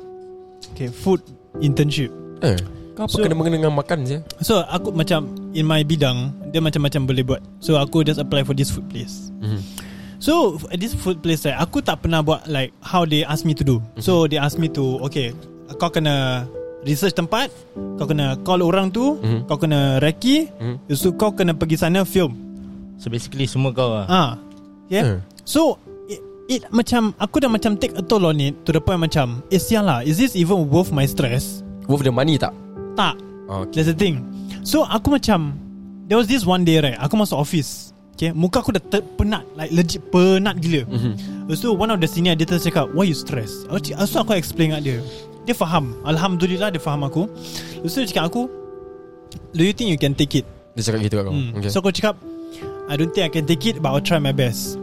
F: Okay food Internship
E: eh, Kau apa
F: So-
E: kena mengena dengan makan je
F: So aku macam In my bidang Dia macam-macam boleh buat So aku just apply for this food place
E: Mhm.
F: So f- at this food place right Aku tak pernah buat like How they ask me to do
E: Mhm.
F: So they ask me to Okay Kau kena Research tempat Kau kena call orang tu
E: Mhm.
F: Kau kena reki
E: Mhm.
F: So kau kena pergi sana film
G: So basically semua kau lah
F: Ah,
E: Eh.
F: Yeah So it, it macam Aku dah macam take a toll on it To the point macam Eh sial lah Is this even worth my stress?
E: Worth the money tak
F: Tak
E: oh, okay.
F: That's the thing So aku macam There was this one day right Aku masuk office Okay Muka aku dah ter- penat Like legit penat gila mm-hmm. Lepas tu one of the senior Dia terus cakap Why you stress Aku cakap- Lepas tu aku explain kat dia Dia faham Alhamdulillah dia faham aku Lepas tu dia cakap aku Do you think you can take it
E: Dia cakap gitu kat kau
F: Hmm.
E: Mm, okay.
F: So aku cakap I don't think I can take it But I'll try my best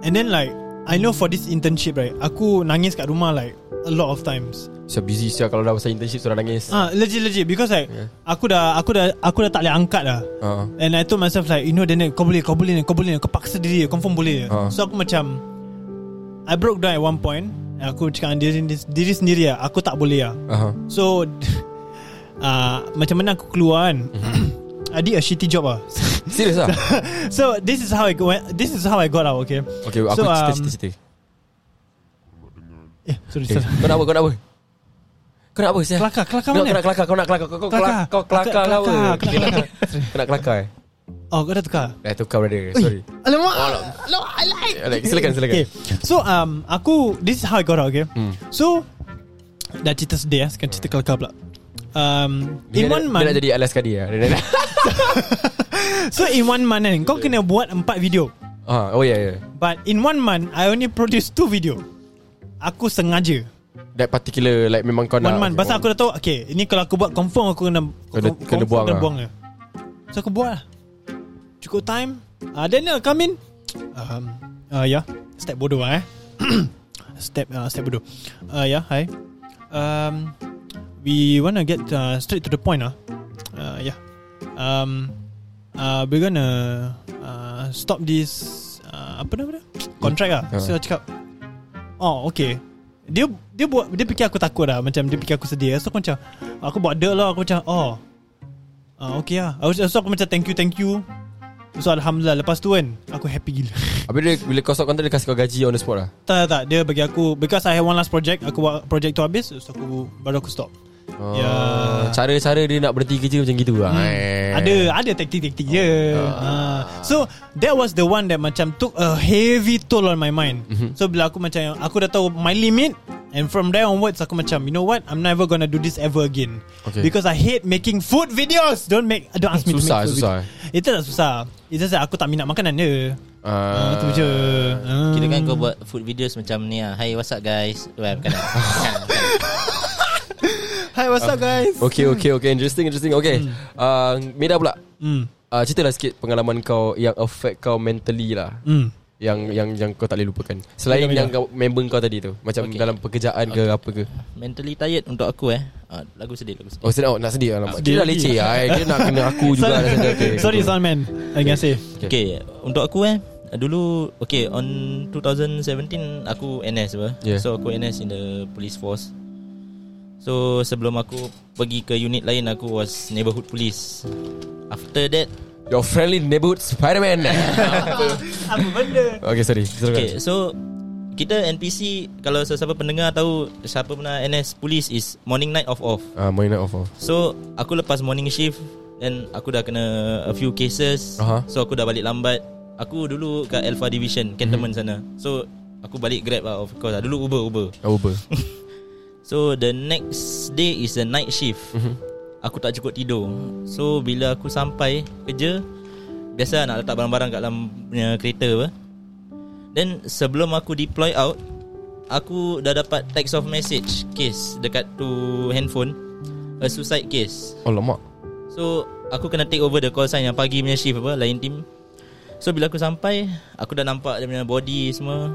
F: And then like I know for this internship right Aku nangis kat rumah like A lot of times
E: Siap busy siap Kalau dah pasal internship Sudah nangis
F: Ah, legit legit because like yeah.
E: Yeah.
F: aku dah aku dah aku dah tak boleh angkat lah. dah.
E: Ah.
F: And I told myself like you know Daniel kau boleh kau boleh kau boleh kau paksa diri confirm boleh.
E: Ah.
F: So aku macam I broke down at one point. And Aku cakap dengan diri, diri sendiri lah Aku tak boleh lah
E: Aha.
F: So uh, Macam mana aku keluar kan I did a shitty job lah
E: Serius lah
F: So this is how I go, This is how I got out okay
E: Okay aku
F: So, um,
E: cerita-cerita
F: Eh sorry
E: okay.
F: sorry
E: Kau nak apa Kau nak apa Kau nak apa siap
F: Kelakar Kelakar
E: Kau
F: mana
E: nak kelakar Kau nak kelakar Kau kau
F: Kelakar.
E: kelakar Kau kelakar lah weh.
F: Kelakar, kelakar.
E: Kau nak- Kau nak kelakar eh
F: Oh kau dah tukar
E: Dah tukar brother Sorry
F: Alamak
E: Alamak.
F: Alamak I like
E: Alex, Eh, Silakan silakan
F: eh, Okay So um Aku This is how I got out okay
E: Hmm.
F: So Dah cerita sedih eh Sekarang cerita kelakar pula um,
E: Dia
F: In
E: nak-
F: one
E: Dia nak
F: month
E: jadi Alas Kadi lah Dia nak-
F: So in one month kan Kau kena buat empat video
E: Ah, Oh yeah yeah
F: But in one month I only produce two video Aku sengaja
E: That particular Like memang kau
F: One
E: nak
F: month Pasal aku dah tahu Okay Ini kalau aku buat Confirm aku kena
E: Kena- kena
F: confirm
E: buang
F: kena
E: lah.
F: buang lah. So aku buat lah Cukup time uh, Daniel come in um, uh, Ya yeah. Step bodoh lah eh Step uh, step bodoh uh, Ya yeah, hi um, We wanna get uh, straight to the point lah uh, Yeah um, uh, We're gonna uh, Stop this uh, Apa nama dia Contract lah So aku cakap Oh okay dia dia buat dia fikir aku takut lah macam dia fikir aku sedih so aku macam aku buat dia lah aku macam oh Ah uh, okay lah Aku so aku macam thank you thank you So Alhamdulillah Lepas tu kan Aku happy gila
E: Habis dia Bila kau stop kontrak Dia kasih kau gaji on the spot lah
F: Tak tak tak Dia bagi aku Because I have one last project Aku buat project tu habis So aku Baru aku stop
E: oh.
F: Ya.
E: Cara-cara dia nak berhenti kerja Macam gitu lah hmm.
F: Ada Ada taktik-taktik je
E: Uh.
F: Ah. So That was the one that macam Took a heavy toll on my mind
E: Mm-hmm.
F: So bila aku macam Aku dah tahu my limit And from there onwards Aku macam You know what I'm never gonna do this ever again
E: Okay.
F: Because I hate making food videos Don't make Don't ask me
E: Susah,
F: to make food
E: susah, eh?
F: video. Itu tak susah It's just that aku tak minat makanan dia
E: Uh.
F: Ah, Itu je Ah.
G: Kira kan kau buat food videos macam ni lah Hai what's up guys Weh bukan lah. Bukan.
F: Hi what's up guys
E: Okay okay okay Interesting interesting Okay hmm. uh, Meda pula
F: Hmm.
E: uh, Ceritalah sikit Pengalaman kau Yang affect kau mentally lah
F: Hmm.
E: Yang yang yang kau tak boleh lupakan Selain
F: Meda, Meda.
E: yang kau, member kau tadi tu Macam okay. dalam pekerjaan okay. ke apa ke
G: Mentally tired untuk aku eh Ah, Lagu sedih lagu sedih
E: Oh sedih oh, nak sedih Alamak
F: Sedih
E: Kira dah
F: lagi.
E: leceh lah eh. Kira nak kena aku juga dah sedih. Okay,
F: Sorry
E: okay.
F: soundman I can say
G: Okay Untuk aku eh Dulu Okay on 2017 Aku NS apa
E: Yeah.
G: So aku NS in the police force So sebelum aku Pergi ke unit lain Aku was neighborhood police After that
E: Your friendly neighborhood Spiderman
F: Apa benda
E: Okay sorry
G: Okay
E: Silakan okay.
G: so Kita NPC Kalau sesiapa pendengar tahu Siapa pernah NS police Is morning night off off
E: uh, Morning night off off.
G: So aku lepas morning shift Then aku dah kena A few cases
E: Aha.
G: So aku dah balik lambat Aku dulu kat Alpha Division Cantonment sana So aku balik grab lah of course lah. Dulu Uber Uber
E: Oh, Uber
G: So the next day is the night shift Aku tak cukup tidur So bila aku sampai kerja Biasa nak letak barang-barang kat dalam punya kereta apa Then sebelum aku deploy out Aku dah dapat text of message Case dekat tu handphone A suicide case
E: Oh lemak
G: So aku kena take over the call sign yang pagi punya shift apa lain team. So bila aku sampai, aku dah nampak dia punya body semua.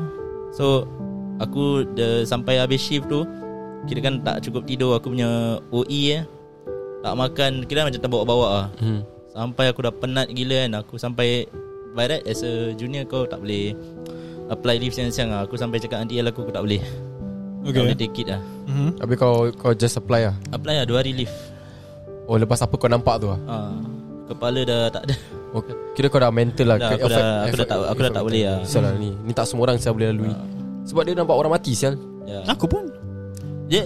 G: So aku the, sampai habis shift tu, kira kan tak cukup tidur aku punya OE eh. Tak makan, kira macam terbawa-bawa ah.
E: hmm.
G: Sampai aku dah penat gila kan Aku sampai By right as a junior kau tak boleh Apply leave siang-siang lah Aku sampai cakap nanti aku, aku tak boleh Tak
F: Okay
G: boleh take it lah
F: Mhm.
E: Habis kau kau just apply lah
G: Apply lah 2 hari leave
E: Oh lepas apa kau nampak tu lah
G: ha, Kepala dah tak ada
E: oh, Kira kau dah mental lah
G: Dah,
E: Ke-
G: aku dah- aku dah tak- aku dah tak boleh lah. Ah.
E: Sial lah ni Ni tak semua orang saya boleh lalui Sebab dia nampak orang mati sial
G: Ya.
F: Aku pun
G: Dia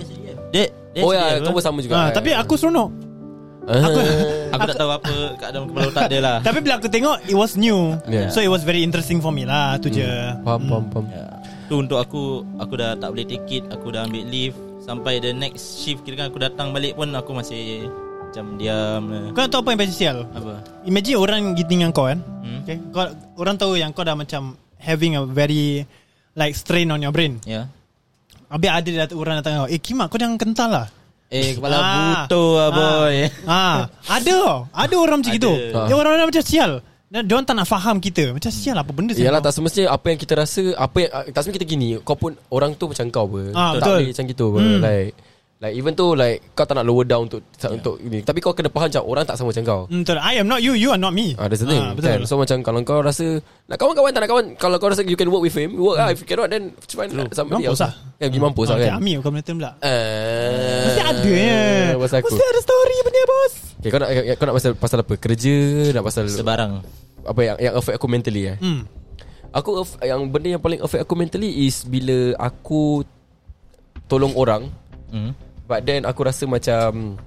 G: Dia, dia
E: Oh
G: serious
E: ya
G: Eh, apa?
E: kau pun sama juga
F: Ah,
E: eh.
F: Tapi aku seronok
E: Ah.
G: Aku tak tahu apa kat dalam kepala otak dia lah.
F: Tapi bila aku tengok It was new
E: Yeah. Hmm.
F: So it was very interesting for me lah Tu je
E: Faham faham faham
G: Ya. Tu untuk aku aku dah tak boleh take it, aku dah ambil leave sampai the next shift kira kan aku datang balik pun aku masih macam diam lah.
F: Kau nak tahu apa yang paling sial
G: apa.
F: Imagine orang gitu dengan kau kan
G: Hmm.
F: okay. kau, Orang tahu yang kau dah macam Having a very Like strain on your brain
G: Ya.
F: Habis ada dat- orang datang kau Eh Kimak kau jangan kental lah
G: Eh kepala
F: Ah.
G: buto lah boy.
F: ah. Ada tau. Ada orang macam
G: Ada.
F: gitu
E: Ah.
F: Dia orang-orang macam sial Dan diorang tak nak faham kita Macam sial lah apa benda sial
E: Yalah
F: kau?
E: tak semestinya apa yang kita rasa apa yang ah, tak semestinya kita gini kau pun orang tu macam kau apa
F: Ah,
E: tak
F: betul.
E: boleh macam gitu apa
F: Hmm.
E: like like even tu like kau tak nak lower down untuk
G: Ya.
E: yeah. untuk ini tapi kau kena faham macam orang tak sama macam kau
F: Hmm, betul. I am not you, you are not me.
E: Ah, that's the thing
F: Ah,
E: kan?
F: betul.
E: So macam kalau kau rasa Nak kawan-kawan tak nak kawan Kalau kau rasa you can work with him Work lah If you cannot then Find
F: Hmm.
E: somebody
F: Mampus
E: else
F: lah.
E: Kan pergi mampus lah
F: Ah,
E: kan
F: okay, Amir bukan Melton pula.
E: Eh,
F: Mesti ada ya.
E: Pasal aku
F: Mesti ada story punya bos.
E: okay, kau, nak, kau nak pasal, pasal apa Kerja Nak pasal
G: Sebarang.
E: Apa yang, yang affect aku mentally eh
F: Hmm.
E: Aku aff- Yang benda yang paling affect aku mentally Is bila aku Tolong orang
G: Hmm.
E: But then aku rasa macam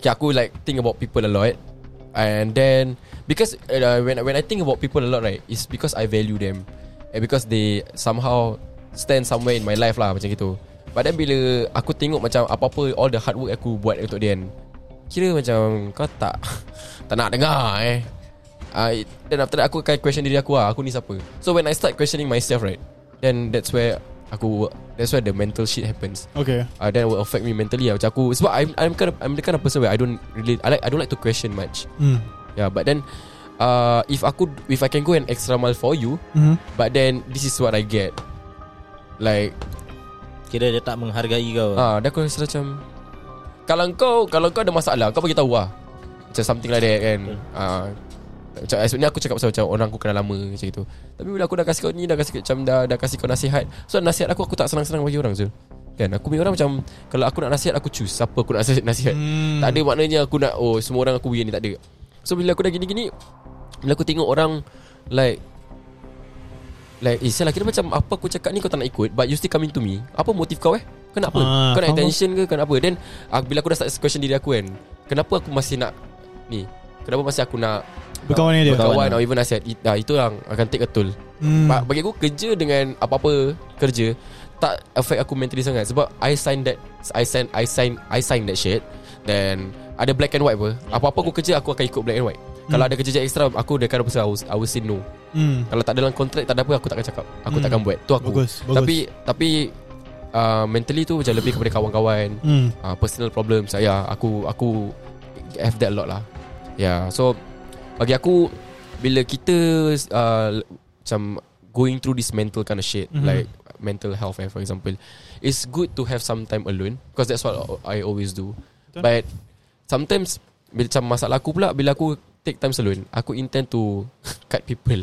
E: okay, Aku like think about people a lot And then Because uh, when, when I think about people a lot right It's because I value them And because they somehow Stand somewhere in my life lah Macam gitu But then bila Aku tengok macam Apa-apa All the hard work aku buat Untuk dia kan Kira macam Kau tak Tak nak dengar eh I, Then after that Aku akan question diri aku lah Aku ni siapa So when I start questioning myself right Then that's where Aku That's why the mental shit happens
F: Okay
E: uh, That will affect me mentally lah. Macam aku Sebab I'm, I'm, kind of, I'm the kind of person Where I don't really I like I don't like to question much
F: mm.
E: Yeah but then uh, If aku If I can go an extra mile for you
F: Mm-hmm.
E: But then This is what I get Like
G: Kira dia tak menghargai kau
E: Ah, dah aku rasa macam kalau kau kalau kau ada masalah kau bagi tahu lah. Macam something like that kan. Ah. Macam esok ni aku cakap pasal macam orang aku kenal lama macam itu. Tapi bila aku dah kasih kau ni dah kasih kau- macam dah dah kasih kau nasihat. So nasihat aku aku tak senang-senang bagi orang Zul. Kan aku punya orang macam kalau aku nak nasihat aku choose siapa aku nak nasihat. nasihat.
F: Hmm.
E: Tak ada maknanya aku nak oh semua orang aku bagi ni tak ada. So bila aku dah gini-gini bila aku tengok orang like Like Eh salah kira macam Apa aku cakap ni kau tak nak ikut But you still coming to me Apa motif kau eh Kau nak apa
F: Ah,
E: Kau nak
F: faham.
E: attention ke Kau nak apa Then aku, Bila aku dah start question diri aku kan Kenapa aku masih nak Ni Kenapa masih aku nak
F: Berkawan dengan dia
E: Berkawan Or even nasihat It- nah, Itu yang akan take a toll
F: Hmm.
E: hmm. Bagi aku kerja dengan Apa-apa kerja Tak affect aku mentally sangat Sebab I sign that I sign I sign I sign that shit Then Ada black and white apa Apa-apa aku kerja Aku akan ikut black and white Kalau ada kerja extra Aku the kind of person I will, I will say no
F: Hmm.
E: kalau tak dalam kontrak Tak ada apa Aku takkan cakap Aku
F: Hmm.
E: takkan buat Tu aku
F: Bagus, bagus.
E: Tapi Tapi uh, Mentally tu Macam lebih kepada kawan-kawan
F: Hmm.
E: uh, Personal problem saya Aku Aku Have that a lot lah Yeah So Bagi aku Bila kita uh, Macam Going through this mental kind of shit
F: Mhm.
E: Like Mental health eh, For example It's good to have some time alone Because that's what I always do
F: Betul.
E: But Sometimes bila, Macam masalah aku pula Bila aku Take time alone Aku intend to Cut people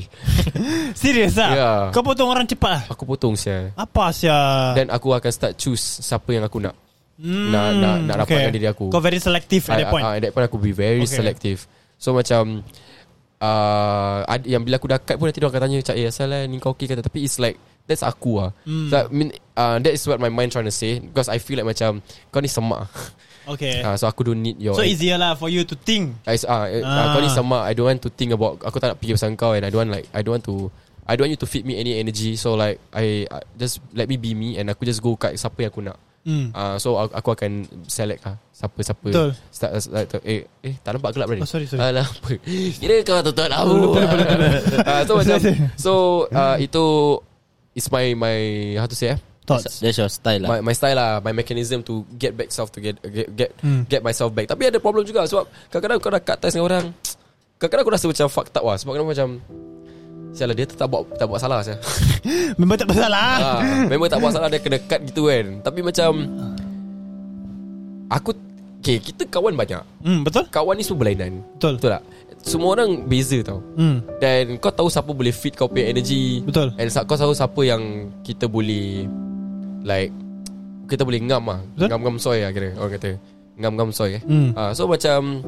F: Serius lah
E: Ya.
F: Kau Ah. potong orang cepat lah
E: Aku potong sia
F: Apa sia
E: Then aku akan start choose Siapa yang aku nak
F: hmm.
E: nak- nak- nak rapatkan diri aku.
F: Kau
E: Ah,
F: very selective at
E: I-
F: that point
E: I- At that point aku be very
F: Okay.
E: okay. selective So macam uh, ad- Yang bila aku dah cut pun Nanti dia akan tanya Macam eh asal lah Ni kau okay kata Tapi it's like That's aku lah
F: Hmm.
E: so, I mean, uh, That is what my mind trying to say Because I feel like macam Kau ni semak
F: Okay
E: uh, So aku don't need your
F: Eh. So easier lah for you to think
E: I, uh, uh,
F: Ah.
E: Kau ni semak I don't want to think about Aku tak nak fikir pasal kau And I don't want like I don't want to I don't want you to feed me any energy So like I, I Just let me be me And aku just go cut Siapa yang aku nak
F: hmm.
E: Uh, so aku, aku akan select lah Siapa-siapa
F: Betul.
E: Start, start, start, eh, eh tak nampak gelap tadi
F: Oh, sorry, sorry.
E: Alah apa Kira kau tutup lah uh, So macam So uh, itu It's my my How to say eh?
F: Thoughts
G: That's your style lah
E: My, my style lah My mechanism to Get back self to get Get get,
F: Hmm.
E: get myself back Tapi ada problem juga Sebab kadang-kadang kau dah cut ties dengan orang Kadang-kadang aku rasa macam Fucked up lah Sebab kenapa macam Sialah dia tu tak buat Tak buat salah saya.
F: Memang tak masalah
E: Ah, memang tak buat salah dia kena cut gitu kan. Tapi macam aku okay, kita kawan banyak.
F: hmm, Betul
E: Kawan ni semua berlainan.
F: Betul.
E: Betul tak? Semua orang beza tau.
F: hmm.
E: Dan kau tahu siapa boleh fit kau punya energy.
F: Betul.
E: And sa- kau tahu siapa yang kita boleh like kita boleh ngam lah
F: Betul.
E: Ngam-ngam soy lah kira Orang kata Ngam-ngam soy eh
F: Hmm.
E: Ah, So macam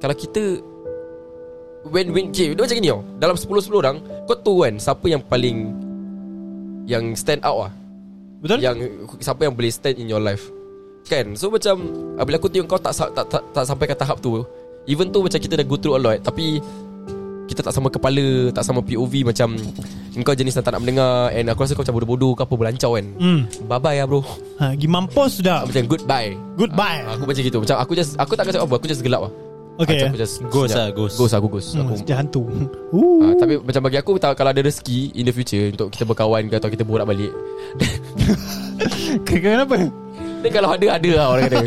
E: Kalau kita When when okay, Dia macam gini tau Dalam 10-10 orang Kau tahu kan Siapa yang paling Yang stand out lah
F: Betul
E: yang siapa yang boleh stand in your life kan so macam ah, bila aku tengok kau tak, sa- tak, tak, tak sampai ke tahap tu even tu macam kita dah go through a lot tapi kita tak sama kepala tak sama POV macam kau jenis yang tak nak mendengar and aku rasa kau macam bodoh-bodoh kau apa berlancau kan
F: hmm.
E: bye bye lah bro
F: ha, Pergi mampus sudah
E: macam goodbye
F: Goodbye
E: aku macam gitu macam aku just aku tak akan cakap apa aku just gelap lah
F: Okay
E: macam aku just
G: Ghost
E: senyap.
G: lah, ghost.
E: ghost aku ghost
F: hmm,
E: aku
F: Dia hantu Ooh.
E: Ah, tapi macam bagi aku tak, Kalau ada rezeki In the future Untuk kita berkawan ke Atau kita borak balik
F: Kenapa
E: Then kalau ada Ada lah orang kata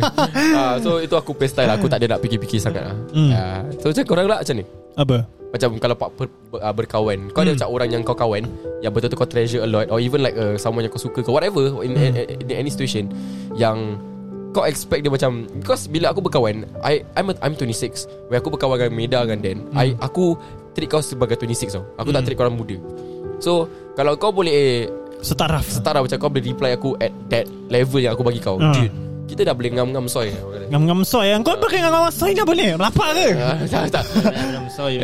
E: Ah, So itu aku punya style lah. Aku tak ada nak fikir-fikir sangat lah.
F: Hmm.
E: Ah, So macam korang pula macam ni
F: Apa
E: Macam kalau pak per, ber- ah, berkawan Kau ada
F: Hmm.
E: macam orang yang kau kawan Yang betul-betul kau treasure a lot Or even like uh, Someone yang kau suka ke
F: Hmm.
E: Whatever in, in, in, any situation Yang Kau expect dia macam Because bila aku berkawan I I'm, a, I'm 26 When aku berkawan dengan Meda dengan Dan I,
F: Hmm.
E: Aku Treat kau sebagai 26 tau Aku tak treat korang muda So Kalau kau boleh
F: Setaraf
E: setara macam kau boleh reply aku at that level yang aku bagi kau.
F: Ah.
E: Dude, kita dah boleh ngam-ngam soy.
F: Ngam-ngam soy Kau pakai ngam-ngam soy ni apa ni Melapak ke
E: Ah, tak tak.
G: I'm sorry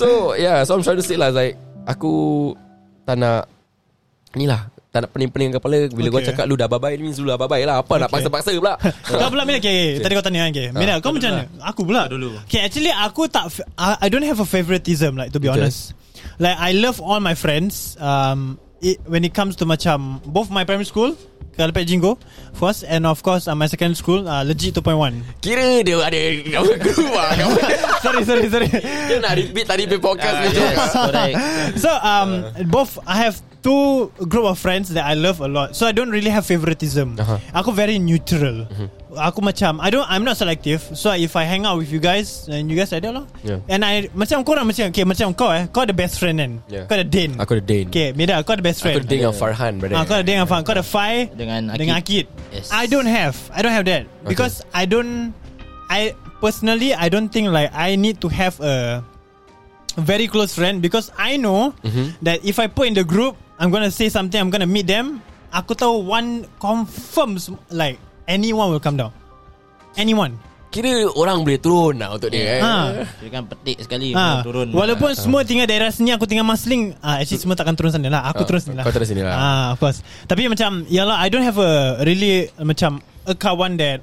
E: so yeah, so I'm trying to say lah like aku tak nak ni lah tak nak pening-pening kepala bila okay. kau
F: Okay.
E: cakap lu dah bye-bye ni dulu lah bye-bye lah apa okay. nak
F: Okay.
E: paksa-paksa pula.
F: Kau pula Mina okay, Tadi kau tanya kan okay. Mina kau macam mana Aku pula
G: Kau dulu.
F: Okay actually aku tak f- I, I don't have a favoritism Like to be
E: Okay.
F: honest Like I love all my friends um, it, When it comes to macam Both my primary school Kalapet Jingo First and of course uh, My secondary school uh, Legit 2.1
E: Kira dia ada nama guru lah kau.
F: Sorry sorry sorry Ah,
E: Dia nak repeat tadi punya podcast ni.
G: Yes correct
F: So um, both I have two group of friends that I love a lot. So I don't really have favoritism.
E: Aha.
F: Aku very neutral.
E: Mm-hmm.
F: Aku macam I don't I'm not selective. So if I hang out with you guys and you guys like that lah.
E: Yeah.
F: And I macam korang macam okay macam kau eh kau the best friend kan.
E: Yeah.
F: Kau ada Din.
E: Aku ada Dane
F: Okay, Mira kau the best friend.
E: Aku ada Dane dengan Farhan brother
F: Ah, kau ada Din dengan Faham. Kau ada Fai
G: Dengan Akid.
F: dengan Akid.
G: Yes.
F: I don't have. I don't have that because I don't. I personally I don't think like I need to have a very close friend because I know that if I put in the group, I'm gonna say something. I'm gonna meet them. Aku tahu one confirms like anyone will come down. Anyone.
E: Kira orang boleh turun lah Untuk dia eh.
F: Ha.
G: Dia kan petik sekali ha.
F: Ha.
G: turun.
E: Ah,
F: Walaupun semua tinggal daerah sini Aku tinggal Masling ah, Actually semua takkan turun sana lah Aku
E: Ah,
F: turun sini lah
E: kau turun sini lah.
F: ah, Of course Tapi macam Yalah I don't have a Really uh, Macam A kawan that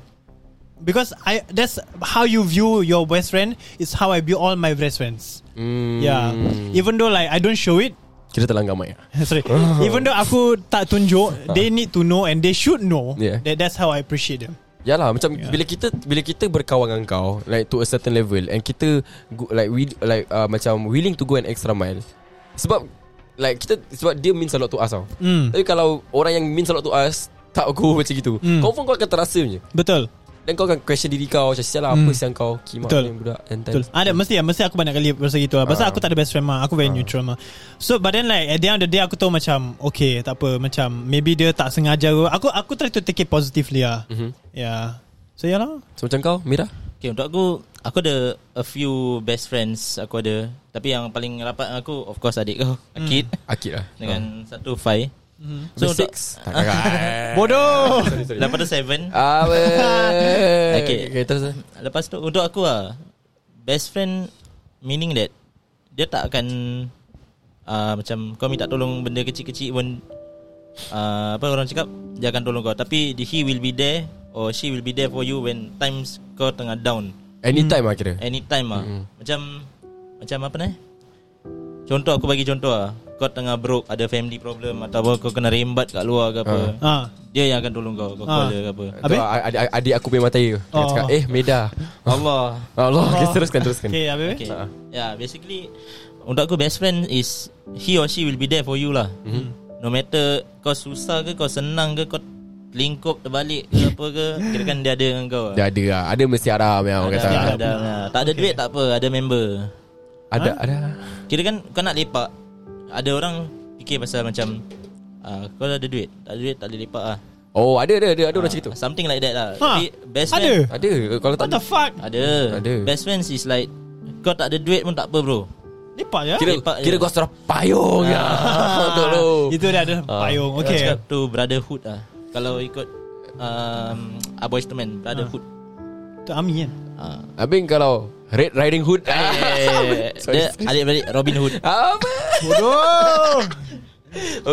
F: Because I That's how you view Your best friend Is how I view all my best friends
E: Hmm.
F: Yeah Even though like I don't show it
E: Kira terlanggar mic lah.
F: Sorry Even though aku tak tunjuk They need to know And they should know
E: Yeah.
F: That that's how I appreciate them
E: Yalah macam
F: Ya.
E: yeah. bila kita bila kita berkawan dengan kau like to a certain level and kita go- like we like uh, macam willing to go an extra mile sebab like kita sebab dia means a lot to us tau.
F: Mm.
E: Tapi kalau orang yang means a lot to us tak go macam gitu.
F: Mm.
E: Confirm kau akan terasa punya.
F: Betul
E: Dan kau akan question diri kau macam sial lah apa siang kau kimak
F: Hmm. Betul.
E: ni budak and
F: Betul. Ada mesti ya, mesti aku banyak kali rasa gitu lah. Pasal
E: Ah.
F: aku tak ada best friend mah. Aku very neutral mah. So but then like at the end of the day aku tahu macam okay, tak apa macam maybe dia tak sengaja. ke. Aku aku try to take it positively lah. Mm-hmm. Yeah. So ya lah.
E: So macam kau Mira
G: Okay, untuk aku Aku ada A few best friends Aku ada Tapi yang paling rapat dengan aku Of course adik kau Akid
E: Akid lah.
G: Dengan satu Fai
E: so,
G: untuk-
E: six. Tak kakak.
F: Bodoh.
G: Lepas tu seven
E: Ah, weh.
G: Okay.
E: okay terus. eh.
G: Lepas tu untuk aku lah Best friend Meaning that Dia tak akan uh, Macam Kau minta tolong Benda kecil-kecil pun uh, Apa orang cakap Dia akan tolong kau Tapi the- he will be there Or she will be there for you When times Kau tengah down
E: Anytime lah kira.
G: Anytime lah mm-hmm. Macam Macam apa ni Contoh aku bagi contoh lah Kau tengah broke Ada family problem Atau apa kau kena rembat kat luar ke apa uh.
F: ah.
G: Dia yang akan tolong kau Kau
F: Ah.
G: call dia ke apa
E: Tu
F: Habis?
E: lah, Adik, adik aku punya mata air. Dia
F: Oh.
E: cakap, eh Meda.
G: Allah
E: Allah, okay, teruskan, teruskan.
F: Okay, habis.
G: Okay.
F: Okay.
G: Uh. Yeah, basically untuk aku best friend is he or she will be there for you lah. Mm-hmm. No matter kau susah ke kau senang ke kau lingkup terbalik ke apa ke kira kan dia ada dengan kau. lah.
E: Dia ada lah. Ada mesti haram yang orang
G: ada,
E: kata.
G: ada,
E: Ada.
G: ada, Tak ada duit tak apa, ada member.
E: Ada, ada.
G: Kira kan kau nak lepak. Ada orang fikir pasal macam ah kau ada duit, tak ada duit tak boleh lepak ah.
E: Oh, ada, ada, ada. Ada orang cerita tu.
G: Something like that lah.
F: Ha,
G: Tapi best
F: ada?
G: friend
E: Ada. Kalau tak
F: What the fuck?
G: ada.
E: Ada.
G: Best friends is like kau tak ada duit pun tak apa bro.
F: Lepak ya? je.
E: Kira,
G: Lepak je.
E: kira kau suruh payung ya. Betul lu.
F: Itu dah ada payung.
G: Orang
F: Okay.
G: cakap tu brotherhood lah Kalau ikut um, A Boys to Men Brotherhood
F: Tu Ami kan.
G: ha.
E: Habis kalau Red Riding Hood.
G: Eh, Dia adik-beradik Robin Hood
E: Apa? Oh.
F: Bodoh.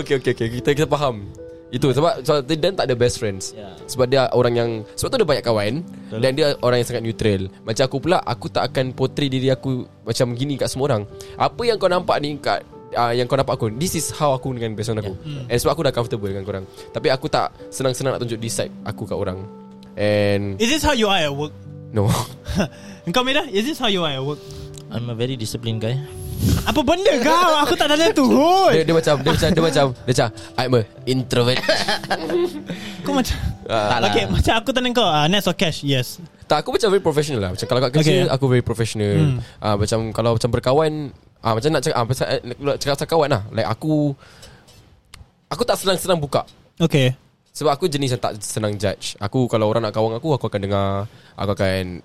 E: Okay, okay, okay. Kita kita faham. Itu sebab so, Dan tak ada best friends
G: Ya.
E: Sebab dia orang yang Sebab tu ada banyak kawan Dan dia orang yang sangat neutral Macam aku pula Aku tak akan portray diri aku Macam gini kat semua orang Apa yang kau nampak ni kat uh, Yang kau nampak aku This is how aku dengan best friend aku And sebab aku dah comfortable dengan korang Tapi aku tak senang-senang nak tunjuk This side aku kat orang And
F: Is this how you are at work?
E: No
F: Engkau Mira, is this how you are at work?
G: I'm a very disciplined guy
E: Ha.
F: Apa benda kau? Aku tak ada turun.
E: dia, dia macam Dia macam Dia macam Dia macam I'm a introvert
F: Kau macam
G: Tak lah
F: Okay, macam aku tanya kau, ah, Nets or cash? Yes.
E: Tak aku macam very professional lah Macam kalau kat kerja
F: Okay.
E: okay. Aku very professional hmm. uh, Macam kalau macam berkawan uh, Macam nak cakap uh, pasal, eh, nak Cakap pasal kawan lah Like aku Aku tak senang-senang buka
F: Okay.
E: Sebab aku jenis yang tak senang judge Aku kalau orang nak kawan aku Aku akan dengar Aku akan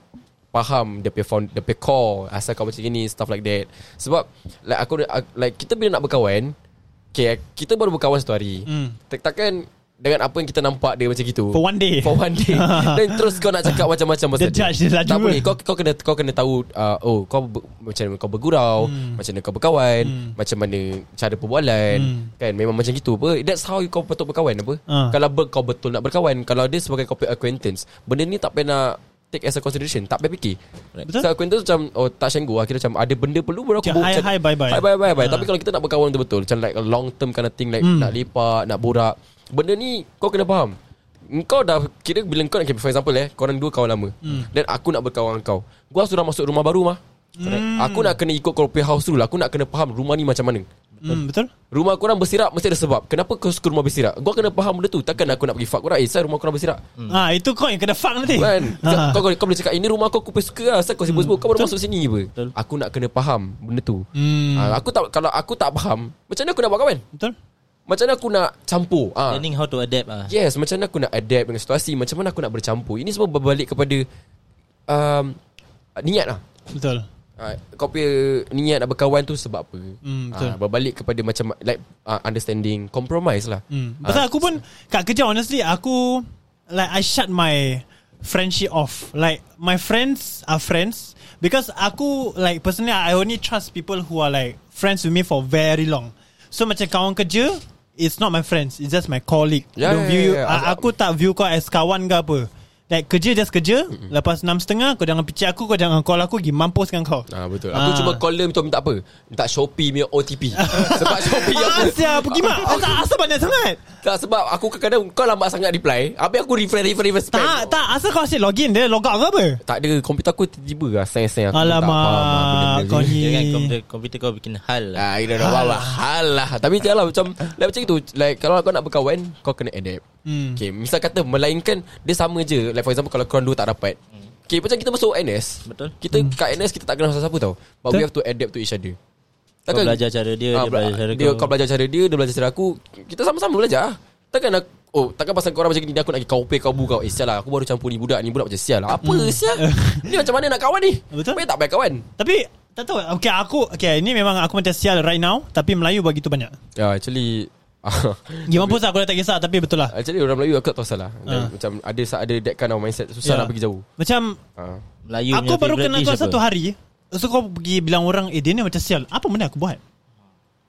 E: Faham Dia punya, found, dia punya core Asal kau macam gini Stuff like that Sebab Like aku ak- Like kita bila nak berkawan Okay Kita baru berkawan satu hari mm. Takkan Dengan apa yang kita nampak Dia macam
F: Hmm.
E: gitu
F: For one day.
E: For one day Then terus kau nak cakap Macam-macam
F: The
E: pasal
F: judge dia lah laju
E: Tak
F: ke?
E: boleh kau, kau kena kau kena tahu uh, Oh kau ber, Macam mana kau bergurau hmm. Macam mana kau berkawan hmm. Macam mana Cara perbualan hmm. Kan memang macam gitu apa That's how kau patut berkawan apa
F: Ah.
E: Kalau ber, kau betul nak berkawan Kalau dia sebagai kau punya acquaintance Benda ni tak payah nak Take as a consideration Tak payah fikir
F: Betul.
E: So acquaintance macam Oh tak syenggu lah Kira macam ada benda perlu Baru aku
F: Macam hi,
E: macam-
F: hi, bye, Ha. bye.
E: Hi bye bye bye Tapi kalau kita nak berkawan betul-betul Macam like a long term kind of thing
F: Hmm.
E: Like nak lepak Nak borak Benda ni Kau kena faham kau dah Kira bila kau nak okay, For example eh Korang dua kawan lama
F: Hmm.
E: Dan aku nak berkawan dengan kau
F: Hmm.
E: Gua sudah masuk rumah baru mah Aku nak kena ikut kau punya house rule Aku nak kena faham rumah ni macam mana
F: Hmm, betul?
E: Rumah korang bersirak Mesti ada sebab Kenapa kau suka rumah bersirak Gua kena faham benda tu Takkan aku nak pergi fuck korang Eh saya rumah korang bersirak
F: Ah, itu kau yang kena fuck nanti.
E: Kan
F: Ah.
E: kau, kau, kau boleh cakap Ini rumah kau aku pun suka lah Asal kau sibuk-sibuk Kau baru masuk sini apa Aku nak kena faham Benda tu
F: Hmm.
E: Ah, Aku tak Kalau aku tak faham Macam mana aku nak buat kawan
F: Betul?
E: Macam mana aku nak campur Ah,
G: Learning how to adapt ah.
E: Yes Macam mana aku nak adapt dengan situasi Macam mana aku nak bercampur Ini semua berbalik kepada um, Niat lah
F: Betul.
E: Uh, kau punya niat nak berkawan tu sebab apa
F: Hmm, betul.
E: Ah, Berbalik kepada macam Like uh, understanding Compromise lah
F: Hmm.
E: Ah,
F: Pasal aku pun kat kerja honestly aku like I shut my friendship off. Like my friends are friends because aku like personally I only trust people who are like friends with me for very long. So macam kawan kerja it's not my friends, it's just my colleague. I
E: Yeah,
F: don't
E: yeah,
F: view
E: yeah,
F: you.
E: yeah.
F: a- Aku tak view kau as kawan ke apa. Like kerja just kerja Lepas enam setengah Kau jangan picit aku Kau jangan call aku Pergi mampus dengan kau
E: Ah betul.
F: Ah.
E: Aku cuma call dia untuk minta apa? Minta Shopee punya OTP. sebab Shopee aku.
F: Ah, siap, pergi mak Asal, asal banyak sangat
E: Tak sebab aku kadang-kadang kau lambat sangat reply. Habis aku refresh refresh refresh. spam.
F: Tak, tak Asal kau asyik login Dia log out ke apa
E: Tak ada komputer aku tiba-tiba lah sayang-sayang aku
F: Alamak,
E: tak faham lah benda-benda
F: kau ni.
G: Dia kan komputer, komputer kau bikin hal lah.
E: Ah, you don't know what what hal lah. Tapi janganlah macam like macam itu. Like kalau kau nak berkawan, kau kena adapt.
F: Hmm.
E: Okay, misal kata melainkan dia sama je. Like for example kalau korang dua tak dapat. Okay, macam kita masuk NS.
G: Betul.
E: Kita kat NS kita tak kenal siapa-siapa tau.
F: Hmm.
E: But we
F: Betul.
E: have to adapt to each other.
G: Kau belajar cara dia,
E: Ah,
G: dia belajar cara
E: dia,
G: kau.
E: kau belajar cara dia Dia belajar cara aku Kita sama-sama belajar Takkan aku Oh takkan pasal korang macam ni Aku nak pergi kau pay kau bu kau Eh sial lah Aku baru campur ni budak ni Budak macam sial lah Apa sial Ni macam mana nak kawan ni
F: Betul.
E: Baik tak baik kawan
F: Tapi tak tahu Okay aku Okay ini memang aku macam sial right now Tapi Melayu begitu banyak
E: Ya actually
F: Gimana pun aku dah tak kisah Tapi betul lah
E: Actually orang Melayu aku tak tahu salah
F: Ah.
E: Like, Macam ada ada that kind of mindset Susah
F: Ya.
E: nak pergi jauh
F: Macam
E: Ah.
G: Melayu punya
F: Aku baru
G: favourite
F: kenal
G: dish
F: kau
G: apa?
F: satu hari So kau pergi bilang orang Eh dia ni macam sial Apa benda aku buat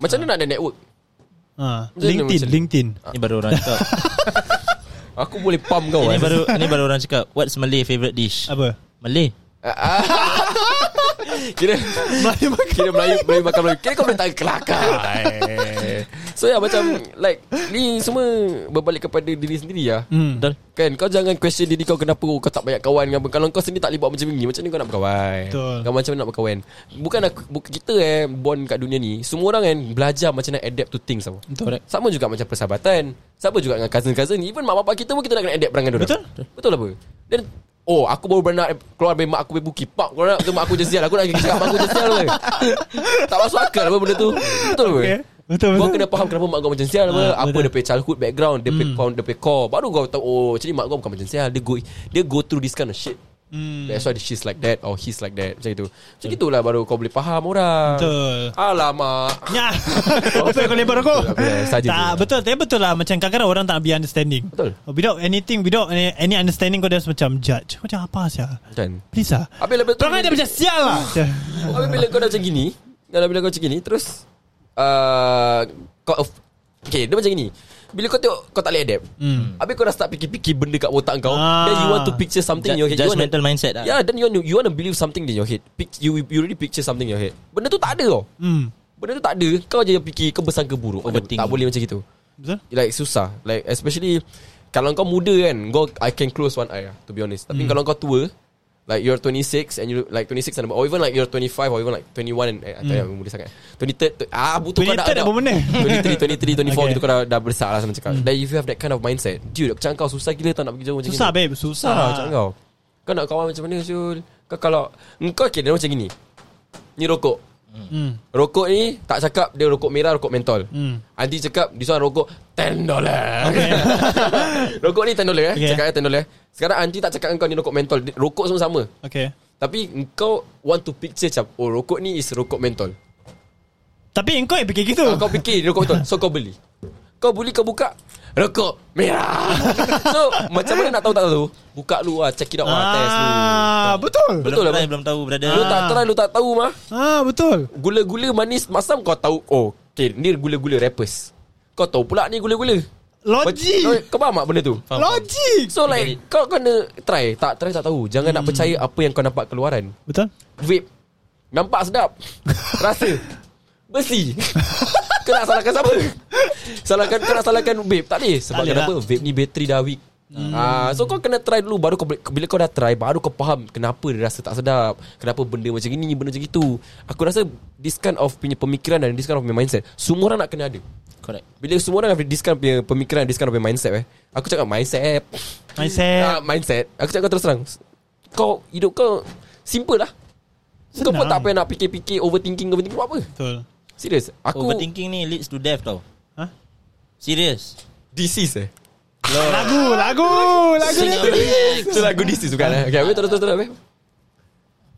E: Macam mana nak ada network
F: ha,
E: Macam
F: LinkedIn
E: mana macam-
F: LinkedIn
G: Ni Ah. baru orang cakap.
E: Aku boleh pump kau
G: Ini
E: eh.
G: baru ini baru orang cakap What's Malay favourite dish
F: Apa
G: Malay
E: Kira Melayu makan Kira Melayu, Melayu makan Melayu Kira kau boleh tak kelakar eh. So ya macam Like Ni semua Berbalik kepada diri sendiri lah
F: Hmm
G: Betul
E: Kan kau jangan question diri kau Kenapa kau tak banyak kawan dengan apa. Kalau kau sendiri tak boleh buat macam ni Macam ni kau nak berkawan
F: Betul.
E: Kau macam mana nak berkawan Bukan aku, bu- kita eh Bond kat dunia ni Semua orang kan Belajar macam nak adapt to things tau
F: Betul. Correct.
E: Sama juga macam persahabatan Sama juga dengan cousin-cousin Even mak bapak kita pun Kita nak kena adapt perang dengan
F: Betul.
E: dorang. Betul apa Dan Oh aku baru beranak Keluar dari mak aku Dari buki Pak keluar tu mak aku je sial Aku nak pergi cakap mak aku je sial apa. Tak masuk akal apa benda tu Betul apa
F: Okay. Betul,
E: Kau
F: betul.
E: kena faham kenapa mak kau macam sial apa
F: Ah,
E: Apa
F: betul. Hmm.
E: dia punya childhood background Dia punya count Dia punya core Baru kau tahu Oh actually mak kau bukan macam sial Dia go Dia go through this kind of shit
F: Hmm.
E: That's why she's like that Or he's like that Macam itu Macam itulah baru kau boleh faham orang
F: Betul.
E: Alamak
F: Ya Betul kau lebar aku
E: Betul, betul. Saja
F: Tak
E: tu.
F: betul Tapi betul lah Macam kadang-kadang orang tak be understanding Oh,
E: Betul.
F: Without anything Without any, any understanding Kau just macam judge Macam apa sial
E: Kan
F: Please lah
E: Habis lepas tu
F: Kau kan dia macam sial lah
E: Habis bila kau dah macam gini Kalau bila kau macam gini Terus uh, Kau off Okay dia macam gini Bila kau tengok Kau tak boleh adapt hmm. Habis kau dah start fikir-fikir Benda kat otak kau
F: Ah.
E: Then you want to picture something in your head
G: Ju-
E: You wanna-
G: judgemental mindset lah.
E: Yeah then you want, to, you want to believe something in your head Pic- You you already picture something in your head Benda tu tak ada tau
F: Hmm
E: Benda tu tak ada Kau je yang fikir Kau bersangka buruk Ada-
G: Overthink.
E: Tak boleh macam gitu
F: Betul
E: Like susah Like especially Kalau kau muda kan kau, I can close one eye lah, To be honest
F: Hmm.
E: Tapi kalau kau tua Like you're 26 And you like 26 and above, Or even like you're 25 Or even like 21 and, eh, Tak
F: Hmm.
E: payah muda sangat 23 tu- Ah butuh kau dah
F: 23 dah bermena.
E: 23, 23, 24
F: Okay. Hmm.
E: gitu Kau dah, dah besar lah Senang cakap Then if you have that kind of mindset Dude macam kau susah gila Tau nak pergi jauh macam
F: Susah
E: gini.
F: babe Susah
E: Susah lah macam kau Kau nak kawan macam mana Syul Kau kalau Kau okay dia macam gini Ni rokok
F: Hmm
E: Rokok ni Tak cakap dia rokok merah Rokok mentol
F: Hmm.
E: Nanti cakap This one rokok $10 Rokok ni $10 eh
F: Okay.
E: okay. Cakap $10 Sekarang Nanti tak cakap kau ni rokok mentol Di- Rokok semua sama
F: Okay
E: Tapi kau Want to picture macam Oh rokok ni is rokok mentol
F: Tapi engkau yang fikir gitu
E: Ah, Kau fikir rokok mentol So kau beli Kau beli kau buka Rokok merah So macam mana nak tahu tak tahu Buka lu lah Check it out lah Test lu
F: Ah, betul.
G: Belum
E: Betul lah
G: try
E: bro.
G: Belum tahu brother
E: Lu tak try Lu tak tahu mah
F: Ah, betul.
E: Gula-gula manis masam kau tahu Oh okay, Ni gula-gula rappers Kau tahu pula ni gula-gula
F: Logik.
E: Kau faham tak benda tu?
G: Faham, faham.
F: Logik.
E: So like Kau kena try Tak try tak tahu Jangan nak percaya Apa yang kau nampak keluaran
F: Betul?
E: Vape Nampak sedap Rasa Besi Kau nak salahkan siapa Salahkan Kau nak salahkan vape Tak boleh Sebab
F: Tak boleh
E: kenapa
F: lah. Hmm.
E: Vape ni bateri dah weak Ah, so kau kena try dulu baru kau boleh- bila kau dah try baru kau faham kenapa dia rasa tak sedap, kenapa benda macam ini, benda macam itu. Aku rasa this kind of punya pemikiran dan this kind of punya mindset semua orang nak kena ada.
G: Correct
E: Bila semua orang ada this kind punya pemikiran, this kind of punya mindset eh. Aku cakap mindset.
F: Mindset
E: Ah, mindset. Aku cakap kau terus terang. Kau hidup kau simple lah. Kau
F: Senang.
E: pun tak payah nak fikir-fikir overthinking overthinking buat apa.
F: Betul Ha?
E: Serius. Aku
G: Overthinking ni leads to death tau
F: Hah?
G: Serious
E: disease eh.
F: Lagu Lagu Lagu
G: Sing
F: lagu.
G: away.
E: Itu lagu disease bukan eh. Okay, habis terus terus terus habis.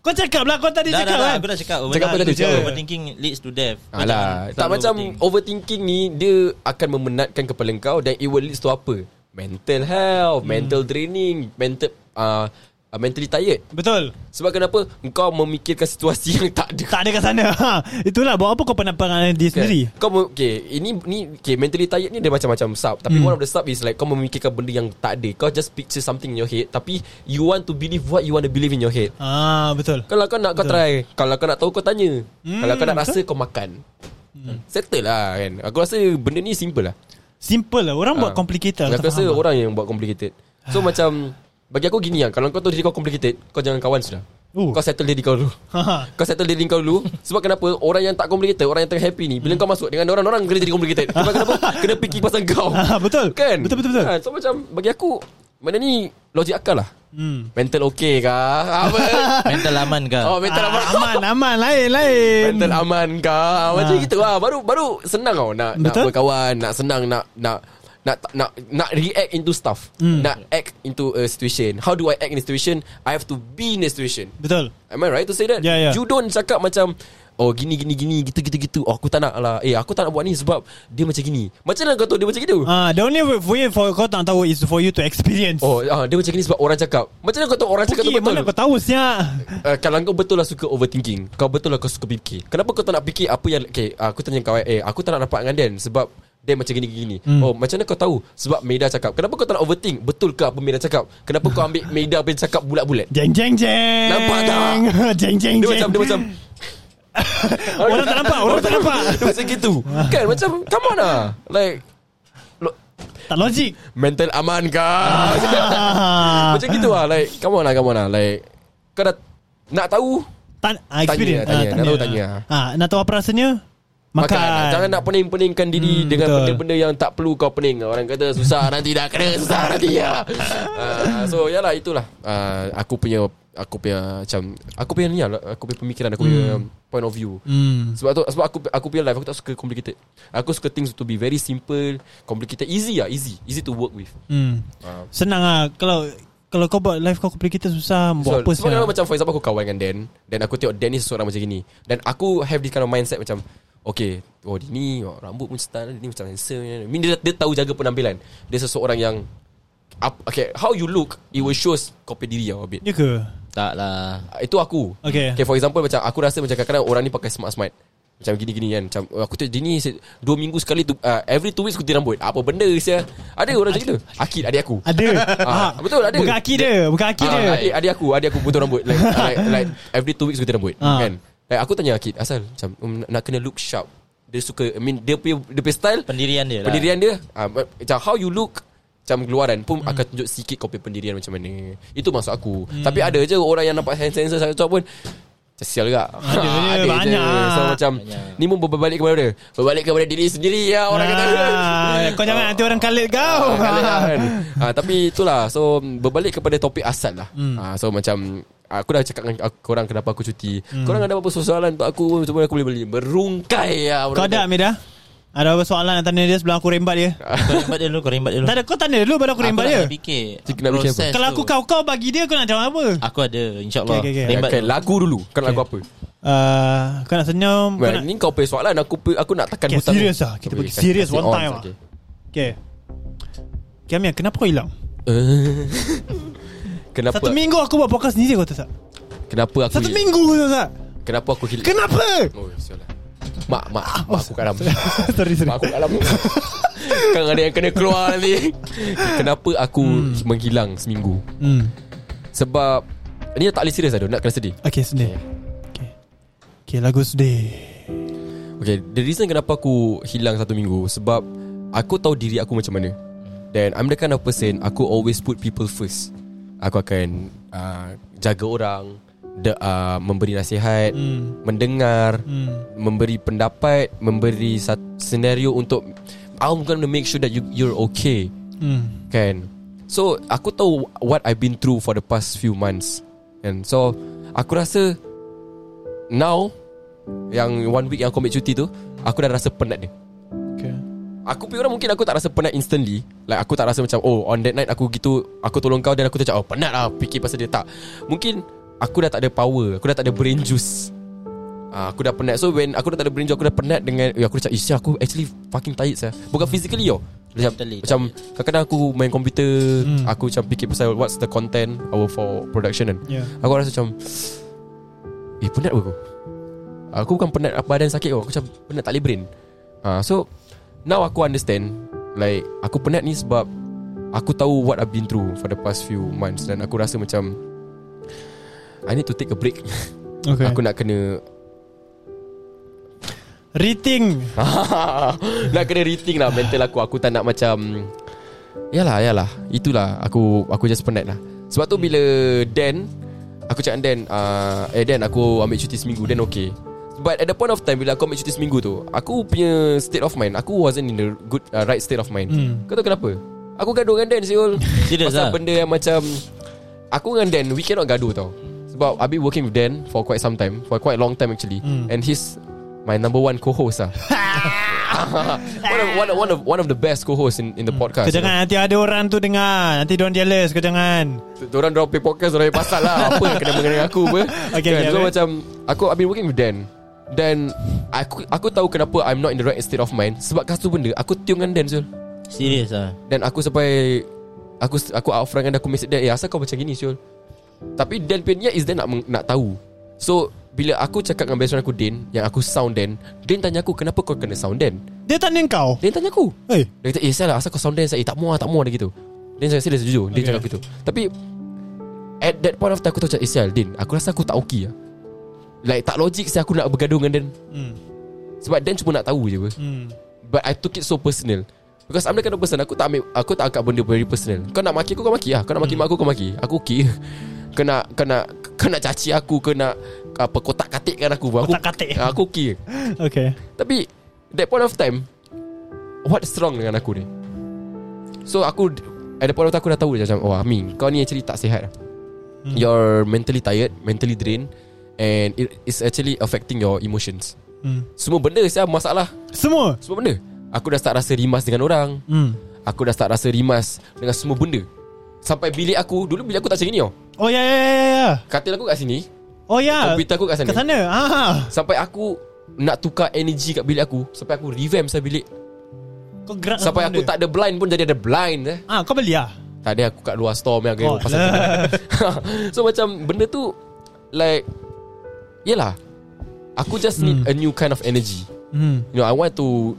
F: Kau cakap lah Kau tadi
G: Dah dah
F: cakap
G: dah
F: kan
G: Aku dah cakap
E: Cakap apa tadi?
G: overthinking-
E: Cakap apa?
G: Overthinking leads to death Kau
E: Alah,
G: jangan Ah,
E: tak
G: lah. selalu
E: macam
G: overthink.
E: overthinking ni dia akan memenatkan kepala kau dan it will leads to apa? Mental health,
F: Hmm.
E: mental draining, mental uh, mentally tired.
F: Betul
E: Sebab kenapa kau memikirkan situasi yang tak ada.
F: Tak ada kat sana ha. Itulah Buat apa kau pernah pengalaman dia sendiri
E: Okay. Kan? Kau mem- okay, ini ni okay, mentally tired ni dia macam-macam sub. Tapi
F: Hmm.
E: one of the sub is like kau memikirkan benda yang tak ada. Kau just picture something in your head tapi you want to believe what you want to believe in your head.
F: Ah Betul
E: Kalau kau nak kau
F: Betul.
E: try Kalau kau nak tahu kau tanya
F: Hmm,
E: Kalau kau nak rasa kau makan Settle lah kan Aku rasa benda ni simple lah
F: Simple lah Orang buat
E: Ah.
F: complicated
E: Aku
F: tak
E: rasa
F: faham Ah. lah.
E: orang yang buat complicated So macam Bagi aku gini lah Kalau kau tahu diri kau complicated Kau jangan kawan sudah
F: Oh.
E: Kau settle diri kau dulu
F: Ha.
E: Kau settle diri kau dulu Sebab kenapa Orang yang tak complicated Orang yang tengah happy ni Bila kau masuk dengan orang Orang kena jadi complicated Sebab kenapa Kena fikir pasal kau
F: Ah, betul.
E: Kan
F: Betul, betul, betul.
E: Ah, So macam Bagi aku Benda ni Logik akal lah
F: Hmm.
E: Mental okay kah Ah, Apa
G: Mental aman kah
E: Oh mental
F: Ah,
E: apa
F: Aman Aman Lain lain
E: Mental aman kah Macam
F: Ha.
E: gitu lah Baru baru senang kau Nak nak
F: Betul.
E: berkawan Nak senang Nak nak nak nak nak react into stuff
F: Hmm.
E: nak act into a situation how do i act in a situation i have to be in a situation
F: Betul
E: am i right to say that
F: Yeah, yeah.
E: you don't cakap macam oh gini gini gini gitu gitu gitu oh aku tak nak lah eh aku tak nak buat ni sebab dia macam gini macam mana kau tahu dia macam gitu
F: Ah, The only way for, you, for kau tak tahu Is for you to experience
E: oh ah, dia macam gini sebab orang cakap macam mana kau tahu orang cakap tu
F: Puki
E: betul
F: mana kau tahu siap
E: uh, kalau kau betul lah suka overthinking Kau betul lah kau suka fikir Kenapa kau tak nak fikir apa yang Okay uh, aku tanya kau Eh aku tak nak rapat dengan Dan Sebab Dan macam gini-gini hmm. Oh macam mana kau tahu Sebab Meda cakap Kenapa kau tak nak overthink Betul ke apa Meda cakap Kenapa kau ambil Meda punya cakap bulat-bulat
F: Jeng jeng jeng
E: Nampak tak?
F: Jeng jeng jeng
E: Dia macam Dia macam
F: Orang tak nampak Orang tak nampak
E: Dia macam gitu Kan macam Come on lah Like lo-
F: Tak logik
E: Mental aman kah
F: Ah.
E: Macam gitu lah Like Come on lah Come on lah Like Kau dah Nak tahu
F: Tan, ah, experience.
E: tanya,
F: Ah,
E: nak tahu tanya.
F: Ah, nak tahu apa rasanya? Makan.
E: Makan. Ah, Jangan nak pening-peningkan diri
F: Hmm,
E: hmm, dengan
F: betul.
E: benda-benda yang tak perlu kau pening. Orang kata susah nanti dah kena susah nanti ya. Uh, so yalah itulah. Uh, aku punya aku punya macam aku punya ni lah, aku punya pemikiran, aku punya point of view.
F: Hmm.
E: Sebab tu sebab aku aku punya life aku tak suka complicated. Aku suka things to be very simple, complicated, easy lah, easy, easy to work with.
F: Hmm. Senang ah kalau kalau kau buat life kau complicated susah
E: So,
F: buat apa
E: sebab kalau
F: sekarang?
E: macam for example aku kawan dengan Dan Dan aku tengok Dan ni seseorang macam gini Dan aku have this kind of mindset macam Okay Oh dia ni oh, Rambut pun style Dia ni macam handsome I mean, dia, dia tahu jaga penampilan Dia seseorang yang up, Okay How you look It will shows Kopi diri kau a bit
F: Ya ke?
G: Tak lah
E: Ah, Itu aku
F: Okay.
E: Okay for example macam Aku rasa macam kadang-kadang Orang ni pakai smart-smart Macam gini-gini kan Macam oh, Aku tu dia ni se- Dua minggu sekali tu, uh, Every two weeks Kutir rambut Apa benda sia Ada orang macam gitu Akid adik aku
F: Ada.
E: Ah, betul, ada.
F: Bukan kaki dia, bukan kaki dia.
E: Ah, adik, adik aku Adik aku potong rambut Like, like, like Every two weeks potong rambut
F: Ah.
E: Kan like, Aku tanya Akid Asal macam um, Nak kena look sharp Dia suka I mean Dia punya, dia punya style
G: Pendirian dia lah
E: Pendirian dia ah, ma- Macam how you look Macam keluaran pun
F: Hmm.
E: Akan tunjuk sikit Kau punya pendirian macam mana Itu maksud aku Tapi ada je Orang yang nampak hand-sensor Sangat cakap pun macam sial juga
F: Ada je,
E: je.
F: banyak.
E: So macam
G: Banyak.
E: Ni pun berbalik kepada dia Berbalik kepada diri sendiri ya, Orang
F: Ah,
E: kata
F: kau jangan nanti orang kalit kau.
E: Ah, kali lah kan. Ah, tapi itulah So berbalik kepada topik asal lah
F: Hmm.
E: ah, So macam Aku dah cakap dengan aku- korang kenapa aku cuti hmm. Korang ada apa-apa soalan untuk aku Semua aku boleh beli Berungkai lah
F: Kau ada Amira? Ada apa soalan nak tanya dia sebelum aku rembat dia?
E: Ah.
G: Kau rembat dia dulu Kau rembat dia dulu
F: Tak ada kau tanya dulu baru aku rembat
G: nak
F: dia.
G: kena fikir
E: Cik, nak fikir apa?
G: Proses
F: Kalau
G: tu.
F: aku kau-kau bagi dia kau nak jawab apa?
E: Ah.
G: Aku ada InsyaAllah
F: Okay, okay, okay.
G: Rembat
E: Okay,
G: dulu.
E: lagu dulu Kan okay. lagu apa
F: Ah, kau nak senyum, kau
E: well,
F: nak
E: Ni kau punya soalan Aku pu- aku nak tekan
F: Okay,
E: butang
F: serious lah. Kita pergi serious one time lah. Okay Okay Amir Kenapa kau hilang
E: Kenapa
F: Satu minggu aku buat podcast sendiri Kau tahu tak
E: Kenapa aku
F: Satu minggu kau tahu tak
E: Kenapa aku hilang
F: Kenapa
E: Oh sial lah Mak Mak Mak aku kat dalam
F: Sorry sorry
E: Mak aku kat dalam Kan ada yang kena keluar nanti Kenapa aku Menghilang seminggu
F: hmm.
E: Sebab Ni tak boleh serius lah Dok. Nak kena sedih
F: Okay sedih Okay Okay lagu sedih
E: Okay The reason kenapa aku Hilang satu minggu Sebab Aku tahu diri aku macam mana Then I'm the kind of person Aku always put people first Aku akan uh, Jaga orang de, uh, Memberi nasihat mm. Mendengar mm. Memberi pendapat Memberi sat- Senario untuk I'm gonna make sure that you, you're okay
F: Hmm.
E: Kan So aku tahu What I've been through For the past few months And so Aku rasa Now Yang one week yang aku ambil cuti tu Aku dah rasa penat dia
F: Okay.
E: Aku punya orang mungkin aku tak rasa penat instantly Like aku tak rasa macam Oh on that night aku gitu Aku tolong kau dan aku tercakap Oh penat lah fikir pasal dia tak Mungkin Aku dah tak ada power Aku dah tak ada brain juice Ah, aku dah penat So when aku dah tak ada brain juice Aku dah penat dengan eh, Aku dah cakap Isya aku actually fucking tired saya. Bukan physically yo Macam,
G: Mentally
E: macam Kadang-kadang aku main komputer hmm. Aku macam fikir pasal What's the content Our for production kan
F: Yeah.
E: Aku rasa macam Eh penat pun aku Aku bukan penat Badan sakit kau Aku macam penat tak boleh brain ha, So Now aku understand Like Aku penat ni sebab Aku tahu what I've been through For the past few months Dan aku rasa macam I need to take a break
F: Okay.
E: okay. Aku nak kena
F: Rating.
E: Nak kena rethink lah mental aku Aku tak nak macam Yalah yalah Itulah Aku aku just penat lah Sebab tu bila Dan Aku cakap dengan Dan uh, Eh Dan aku ambil cuti seminggu Dan okay But at the point of time Bila aku ambil cuti seminggu tu Aku punya state of mind Aku wasn't in the good uh, right state of mind
F: Hmm.
E: Kau tahu kenapa? Aku gaduh dengan Dan Siul
G: Serious ah?
E: Pasal benda yang macam Aku dengan Dan We cannot gaduh tau Sebab I've been working with Dan For quite some time For quite long time actually
F: Hmm.
E: And he's My number one co-host lah one, of, one, of, one, of, one of the best co-host in, in the
F: Kau
E: podcast
F: jangan nanti ada orang tu dengar. Nanti diorang jealous. Kau jangan.
E: Diorang drop podcast Diorang punya pasal lah Apa yang kena mengenai aku apa Kan?
F: Okay, okay, okay.
E: So macam Aku I've been working with Dan Dan Aku aku tahu kenapa I'm not in the right state of mind Sebab kasus benda Aku tune dengan Dan Zul
G: Serius ah.
E: Dan aku sampai Aku aku upfront dengan dia, Aku message dia Eh asal kau macam gini Syul Tapi Dan punya niat Is Dan nak, meng- nak tahu So Bila aku cakap dengan best friend aku Dan Yang aku sound Dan Dan tanya aku Kenapa kau kena sound Dan
F: Dia tanya kau.
E: Dan tanya aku
F: Hey.
E: Dia kata eh salah Asal kau sound Dan Eh tak muah tak muah dia gitu Dan saya serius jujur
F: Okay.
E: Dia cakap gitu Tapi At that point of time Aku tahu cakap Eh sial Dan aku rasa aku tak okay lah Like tak logik saya Aku nak bergaduh dengan Dan
F: Hmm.
E: Sebab Dan cuma nak tahu je apa
F: Hmm.
E: But I took it so personal Because I'm the kind of person Aku tak ambil Aku tak angkat benda very personal Kau nak maki aku Kau maki lah Kau nak maki mak aku Kau maki Aku okay Kau nak Kau nak Kau nak caci aku Kau nak Apa kotak katikkan aku pun. Aku Ah.
F: Kotak-katik.
E: Aku okay
F: Okay.
E: Tapi That point of time What's wrong dengan aku ni So aku At the point of time Aku dah tahu je macam Oh Amin Kau ni actually tak sihat hmm. You're mentally tired Mentally drained And it is actually affecting your emotions
F: Hmm.
E: Semua benda saya masalah
F: Semua.
E: Semua benda Aku dah start rasa rimas dengan orang
F: Hmm.
E: Aku dah start rasa rimas Dengan semua benda Sampai bilik aku Dulu bilik aku tak macam ni oh.
F: Oh ya ya ya ya.
E: Katil aku kat sini
F: Oh ya.
E: Komputer aku kat sana.
F: Kat sana. Ah.
E: Sampai aku Nak tukar energi kat bilik aku Sampai aku revamp saya bilik
F: Kau gerak
E: Sampai
F: Ah, apa
E: aku
F: benda?
E: tak ada blind pun Jadi ada blind eh.
F: Ah, kau beli ah.
E: Tak ada aku kat luar store yang
F: Oh,
E: aku pasal
F: lah.
E: So macam benda tu Like Yelah Aku just need a new kind of energy
F: Hmm.
E: You know I want to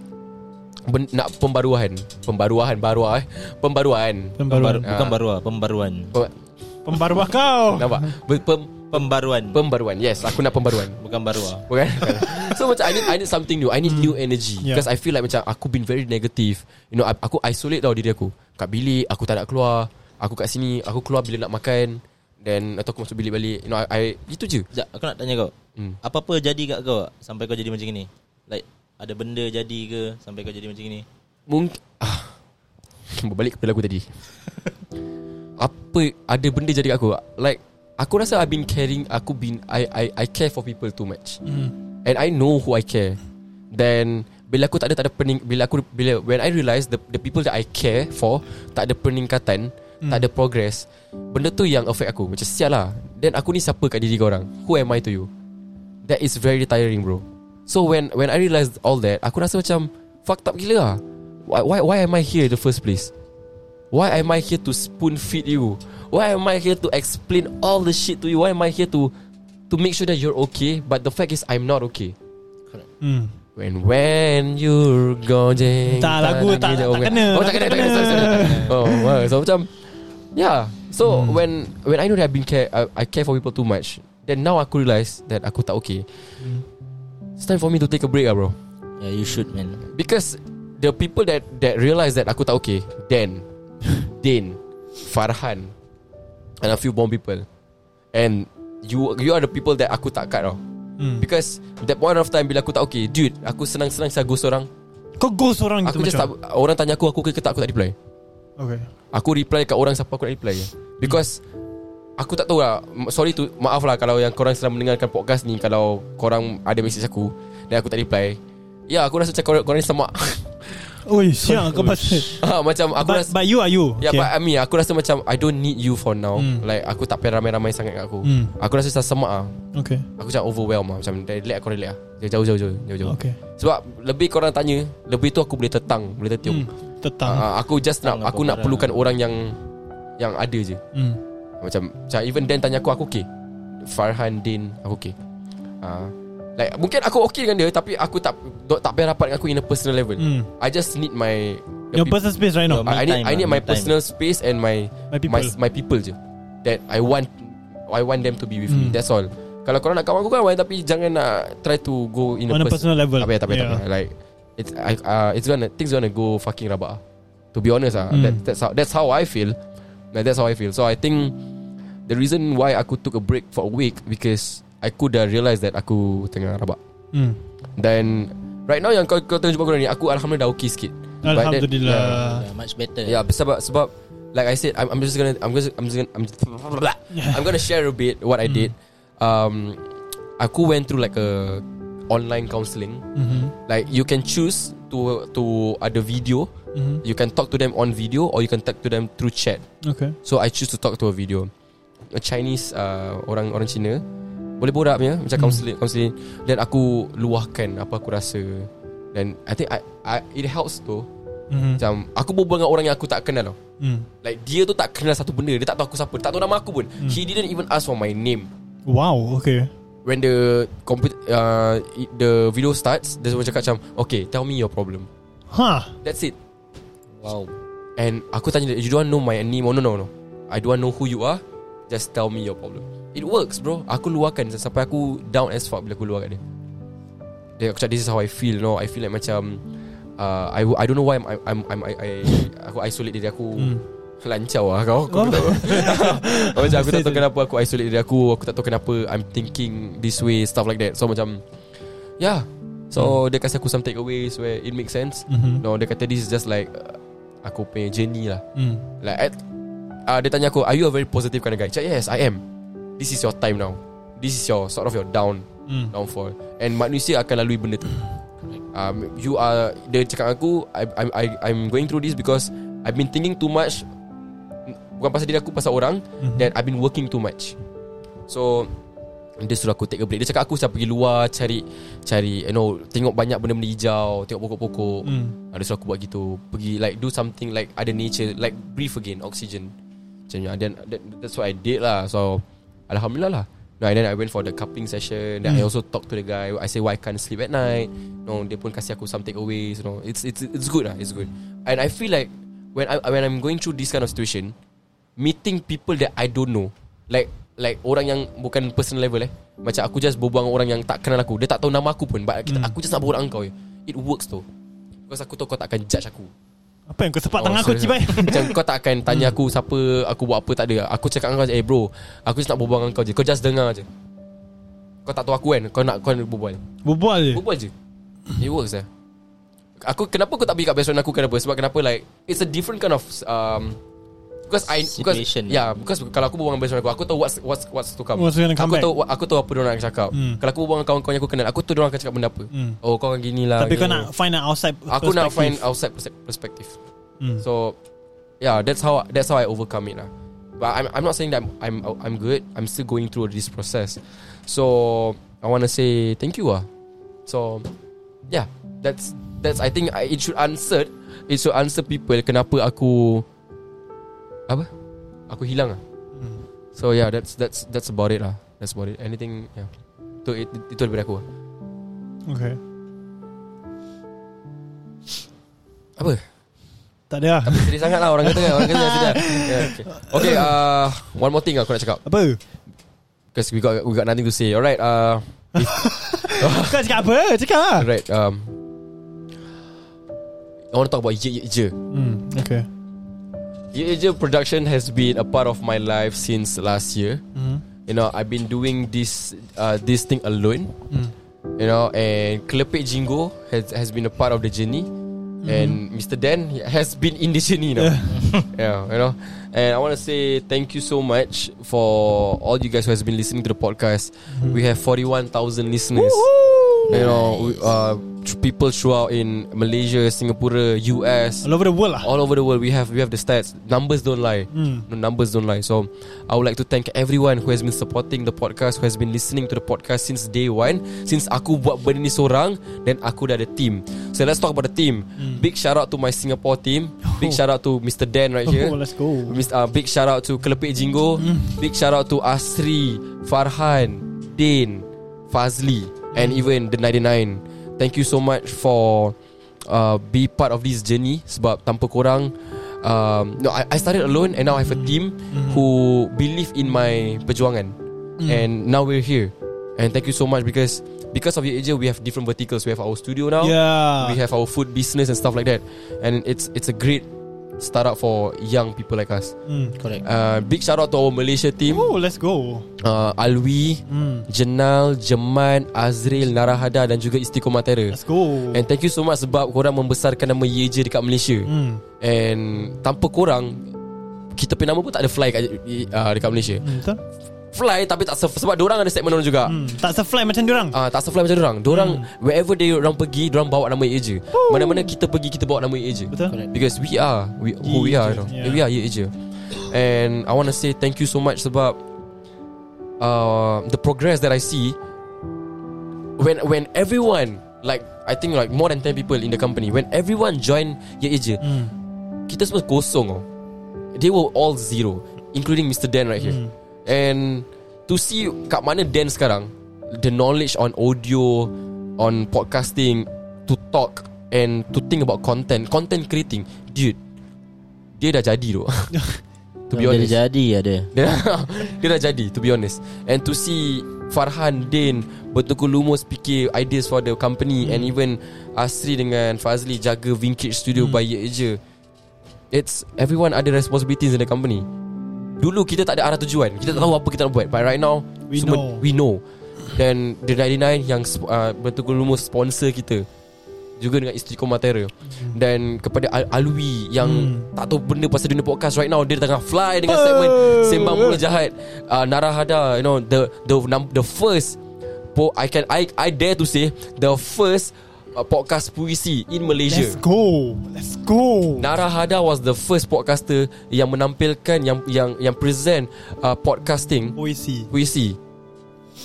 E: ben, Nak pembaruan Pembaruan Baruah eh Pembaruan
G: Pembaru,
F: Pembaruan.
G: bukan
E: Ah.
G: barua, pembaruan.
E: Pem,
F: Pembaruan kau.
E: nampak Be- pem,
G: Pembaruan.
E: Pembaruan Yes aku nak pembaruan
G: bukan ah. barua.
E: Bukan So macam I need, I need something new I need new energy
F: Yeah.
E: yeah. Because I feel like macam Aku been very negative You know I- Aku isolate tau diri aku Kat bilik Aku tak nak keluar Aku kat sini Aku keluar bila nak makan Then Atau aku masuk bilik balik You know I, I Itu je
G: Sekejap, aku nak tanya kau.
E: Hmm.
G: Apa-apa jadi kat kau ah, sampai kau jadi macam ni? Like ada benda jadi ke sampai kau jadi macam ni?
E: Mungkin ah. Berbalik kepada aku tadi Apa Ada benda jadi kat aku Like Aku rasa I've been caring Aku been I I I care for people too much mm. And I know who I care Then Bila aku tak ada tak ada pening Bila aku bila When I realise The, the people that I care for Tak ada peningkatan mm. Tak ada progress Benda tu yang affect aku Macam sial lah Then aku ni siapa kat diri korang Who am I to you That is very tiring bro So when when I realised all that Aku rasa macam Fucked up gila lah why, why, why am I here in the first place Why am I here to spoon feed you Why am I here to explain all the shit to you Why am I here to To make sure that you're okay But the fact is I'm not okay
F: Hmm.
E: When when you're gone
F: Tak, lagu tak- tak kena,
E: Oh tak kena tak kena sorry, sorry. Oh wow. So macam Yeah So
F: Hmm.
E: when When I know that I've been care I, I care for people too much Then now aku realise That aku tak okay
F: Hmm.
E: It's time for me to take a break lah bro
G: Yeah, you should man.
E: Because the people that that realize that aku tak okay, then Din Farhan And a few bomb people And You you are the people that aku tak cut tau
F: Hmm.
E: Because That point of time Bila aku tak okay Dude Aku senang-senang saya ghost orang
F: Kau ghost orang
E: Aku
F: gitu
E: just tak
F: Hmm, macam
E: Orang tanya aku Aku ke ke tak Aku tak reply
F: Okay
E: Aku reply kat orang Siapa aku nak reply Because Aku tak tahu lah M- Sorry tu Maaf lah Kalau yang korang sedang mendengarkan podcast ni Kalau korang ada message aku Dan aku tak reply Ya aku rasa macam korang, korang ni semak
F: Oi siang kau pasal
E: Ah, Macam aku
F: but,
E: rasa
F: but you are you
E: Ya yeah,
F: okay.
E: but I mean Aku rasa macam I don't need you for now
F: Hmm.
E: Like aku tak payah ramai-ramai sangat kat aku
F: Hmm.
E: Aku rasa macam semak lah
F: Okay
E: Aku macam overwhelmed lah Macam relax aku relax lah Jauh-jauh jauh-jauh
F: Okay
E: Sebab lebih korang tanya Lebih tu aku boleh tertang Boleh
F: hmm.
E: tertium
F: lah Tetang
E: Ah, Aku just nak
G: Tertang
E: Aku
G: apa
E: nak
G: barang.
E: perlukan orang yang Yang ada je
F: hmm.
E: Macam Macam even Dan tanya aku Aku okay Farhan Din Aku okay uh, Like mungkin aku okay dengan dia Tapi aku tak Tak, tak payah rapat dengan aku In a personal level
F: Hmm.
E: I just need my the
F: Your
E: peop-
F: personal space right now
G: Your-
E: I, I need,
G: time
E: I need
G: lah, me
E: my
G: time.
E: personal space And my
F: My people
E: my, my people je That I want I want them to be with me
F: Hmm.
E: That's all Kalau korang nak kawan aku kawan Tapi jangan nak Try to go in
F: On a
E: pers-
F: personal level
E: Tak payah tak payah, tak
F: Yeah.
E: payah. Like It's I, uh, it's gonna Things gonna go fucking rabak ah. To be honest ah,
F: Hmm.
E: that, that's how that's how I feel like, That's how I feel So I think The reason why aku took a break for a week Because Aku dah realise that Aku tengah rabak
F: hmm.
E: Then Right now yang kau, kau tengah jumpa korang ni Aku Alhamdulillah okay sikit But then- yeah,
F: Alhamdulillah
G: Ah, Yeah, much better
E: Yeah, Ya, sebab sebab like I said, I'm, I'm just gonna I'm just I'm just gonna I'm, just, I'm gonna share a bit what I did. Um, aku went through like a online counseling.
F: Mhm.
E: Like you can choose to to ada video.
F: Mhm.
E: You can talk to them on video or you can talk to them through chat.
F: Okay
E: So I choose to talk to a video. A Chinese uh, orang orang Cina boleh borak punya macam counseling counseling dan aku luahkan apa aku rasa dan I think I, I it helps tu
F: Mhm.
E: macam aku berbual dengan orang yang aku tak kenal tau.
F: Hmm.
E: Like dia tu tak kenal satu benda Dia tak tahu aku siapa Dia tak tahu nama aku pun hmm. He didn't even ask for my name
F: Wow okay
E: When the comput- uh, i- The video starts Dia semua cakap macam Okay tell me your problem
F: Huh
E: That's it
G: Wow
E: And aku tanya dia You don't want know my name Oh no no no I don't want know who you are Just tell me your problem It works bro Aku luahkan Sampai aku down as fuck Bila aku luar kat dia Dia aku cakap This is how I feel no? I feel like macam uh, I, I don't know why I'm, I'm, I'm, I, I, Aku isolate diri aku
F: Hmm.
E: Lancau lah kau Aku tak tahu Macam aku tak tahu kenapa Aku isolate diri aku Aku tak tahu kenapa I'm thinking this way Stuff like that So macam Yeah So dia kasi aku some takeaways Where it makes sense
F: Mhm.
E: No dia kata this is just like uh, Aku punya journey lah
F: Hmm.
E: Like at, uh, Dia tanya aku Are you a very positive kind of guy Cakap yes I am This is your time now This is your Sort of your down
F: Hmm.
E: Downfall And manusia akan lalui benda tu um, You are Dia cakap aku I, I, I, I'm going through this because I've been thinking too much Bukan pasal diri aku Pasal orang
F: Mhm.
E: That I've been working too much So dia suruh aku take a break Dia cakap aku siap pergi luar Cari Cari You know Tengok banyak benda-benda hijau Tengok pokok-pokok
F: Hmm.
E: ada suruh aku buat gitu Pergi like do something like Ada nature Like breathe again Oxygen Macam ni ah, Then that, that's what I did lah So Alhamdulillah lah No, and then I went for the coupling session Then I also talk to the guy I say why I can't sleep at night No dia pun kasih aku some takeaways you know. It's it's it's good lah It's good And I feel like When I when I'm going through this kind of situation Meeting people that I don't know Like Like orang yang Bukan personal level eh Macam aku just berbual dengan orang yang tak kenal aku Dia tak tahu nama aku pun But kita, aku just nak berbual dengan kau je It works tu Because aku tahu kau tak akan judge aku
F: Apa yang kau sepak
E: Oh,
F: tangan aku
E: sorry.
F: cibai
E: Macam kau tak akan tanya aku Siapa Aku buat apa tak ada Aku cakap dengan kau Eh bro Aku just nak berbual dengan kau je Kau just dengar je Kau tak tahu aku kan Kau nak kau nak berbual
F: Berbual je
E: Berbual je It works lah Aku kenapa aku tak pergi kat best friend aku Kenapa Sebab kenapa like It's a different kind of um, Because I because,
G: Situation.
E: Yeah Because kalau aku berbual dengan best friend aku Aku tahu what's, what's, what's to come
F: What's gonna come
E: Aku
F: back.
E: tahu Aku tahu apa diorang nak cakap
F: Hmm.
E: Kalau aku berbual dengan kawan-kawan yang aku kenal Aku tahu diorang akan cakap benda apa
F: Hmm.
E: Oh kau akan gini lah
F: Tapi kau
E: gini.
F: nak find an outside
E: Aku nak
F: perspective.
E: find outside perse- perspective.
F: Hmm.
E: So yeah, that's how that's how I overcome it lah. But I'm I'm not saying that I'm I'm, I'm good. I'm still going through this process. So I want to say thank you ah. So yeah, that's that's I think I, it should answer it should answer people kenapa aku apa? Aku hilang ah.
F: Hmm.
E: So yeah, that's that's that's about it lah. That's about it. Anything yeah. Itu itu, itu daripada aku. ah.
F: Okay
E: Apa?
F: Tak ada lah
E: Sedih sangat lah orang kata kan Orang kata sedih yeah, Okay, okay uh, One more thing aku nak cakap
F: Apa
E: Because we got, we got nothing to say Alright uh,
F: Kau cakap apa Cakap lah
E: Alright um, I want to talk about Ye Ye Je
F: hmm. Okay
E: Yeja production has been a part of my life since last year. You know, I've been doing this uh, this thing alone. You know, and Klepek Jingo has has been a part of the journey. And Mr. Dan has been in the journey now. yeah, you know. And I want to say thank you so much for all you guys who has been listening to the podcast. We have 41,000 listeners. You know, we- uh, tr- people throughout in Malaysia, Singapore, US
F: All over the world lah
E: all over the world we have we have the stats numbers don't lie
F: Hmm.
E: no, numbers don't lie so i would like to thank everyone who has been supporting the podcast who has been listening to the podcast since day one since aku buat benda ni seorang then aku dah ada team so let's talk about the team
F: Hmm.
E: big shout out to my singapore team big shout out to mr dan right here
F: Oh, let's go.
E: Mis- uh, big shout out to Kelepek Jingo big shout out to asri farhan din fazli and even the 99 thank you so much for uh, be part of this journey sebab tanpa korang um, no, I, I started alone and now I have a team who believe in my perjuangan
F: Mm. Hmm.
E: and now we're here and thank you so much because because of your agent we have different verticals we have our studio now
F: Yeah.
E: we have our food business and stuff like that and it's it's a great startup for young people like us
G: Correct
E: uh, big shout out to our Malaysia team
F: Hmm. Oh let's go Hmm.
E: uh, Alwi Jenal Jeman Azril Narahada dan juga Istiqomatera
F: Let's go
E: And thank you so much sebab korang membesarkan nama Yeja dekat Malaysia.
F: Hmm.
E: Mm. And tanpa korang kita punya nama pun tak ada fly kat, uh, dekat Malaysia.
F: Hmm, Betul
E: Fly tapi tak surf, sebab orang ada segmen orang juga. Mm.
F: Hmm, Tak se-fly macam diorang
E: Uh, tak surf fly macam orang. Orang wherever they orang pergi, orang bawa nama Yeja. Mana-mana kita pergi kita bawa nama Yeja.
F: Betul
E: Because we are we, who we are, you know.
F: Yeah.
E: We are Yeja. And I want to say thank you so much sebab uh, the progress that I see when when everyone like I think like more than 10 people in the company when everyone join Yeja
F: Hmm.
E: kita semua kosong oh. They were all zero including Mr Dan right here. And to see kat mana Dan sekarang the knowledge on audio on podcasting to talk and to think about content content creating dude dia dah jadi tu. to be honest.
G: Dia jadi ada
E: Dia dah, dia dah jadi To be honest And to see Farhan, Din Bertukar lumus Fikir ideas for the company
F: Hmm.
E: And even Asri dengan Fazli Jaga Vintage
F: Hmm.
E: Studio By Ye je It's Everyone ada responsibilities In the company Dulu kita tak ada arah tujuan Kita tak tahu apa kita nak buat But right now
F: We know.
E: We know Dan The 99 Yang sp- uh, bertukar lumus Sponsor kita juga dengan isteri Komatera
F: Hmm.
E: Dan kepada Al- Alwi Yang tak tahu benda Pasal dunia podcast right now Dia tengah fly Dengan segmen Sembang Muka Jahat uh, Narahada You know The the num- the first po- I can I I dare to say The first uh, Podcast puisi In Malaysia
F: Let's go Let's go
E: Narahada was the first podcaster Yang menampilkan Yang yang yang present uh, Podcasting
F: Puisi
E: Puisi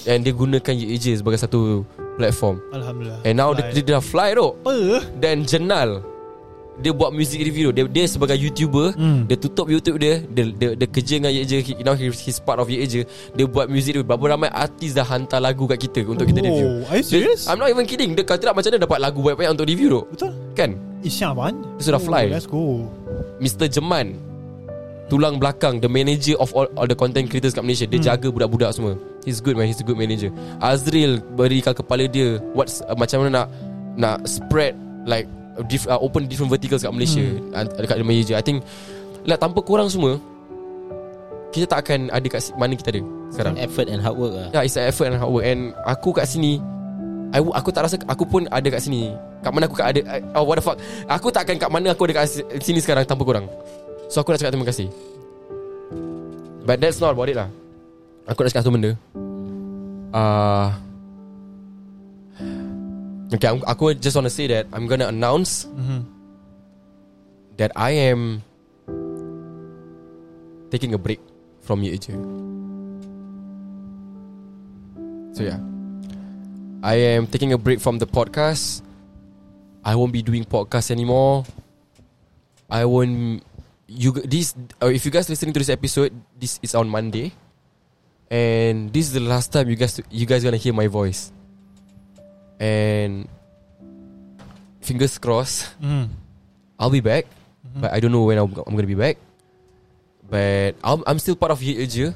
E: And dia gunakan YJ Sebagai satu platform
F: Alhamdulillah
E: And now
F: Fly.
E: dia, dia dah fly tu
F: Apa
E: dan Jenal dia buat music review dia, dia sebagai YouTuber
F: Hmm.
E: dia tutup YouTube dia dia, dia, dia kerja dengan Ye Je He- you know he, he's part of Ye Je dia buat music review berapa ramai artis dah hantar lagu kat kita untuk kita
F: Oh,
E: review
F: are you serious?
E: dia, I'm not even kidding dia kata macam mana dapat lagu banyak-banyak untuk review tu
F: Betul
E: kan
F: Isyam apaan
E: Dia sudah fly.
F: Let's go
E: Mr. Jeman Tulang belakang The manager of all, all the content creators kat Malaysia Dia jaga budak-budak semua He's good man He's a good manager Azril Berikan kepala dia What's uh, Macam mana nak Nak spread Like uh, diff, uh, Open different verticals kat Malaysia uh, Dekat Malaysia I think like, Tanpa korang semua Kita tak akan ada kat si- Mana kita ada Sekarang
G: Effort and hard work lah
E: Ya yeah, it's an effort and hard work And aku kat sini I, aku tak rasa Aku pun ada kat sini Kat mana aku kat ada I- Oh what the fuck Aku takkan kat mana Aku ada kat si- sini sekarang Tanpa korang So aku nak cakap terima kasih But that's not about it lah Aku nak cakap satu benda uh, Okay I'm, Aku just want to say that I'm gonna announce That I am Taking a break From you je So yeah I am taking a break from the podcast I won't be doing podcast anymore I won't you g- this uh, if you guys listening to this episode this is on Monday and this is the last time you guys you guys gonna hear my voice and fingers crossed
F: Hmm.
E: I'll be back
F: Mm-hmm.
E: but I don't know when I'm, I'm gonna be back but I'm, I'm still part of Ye Eja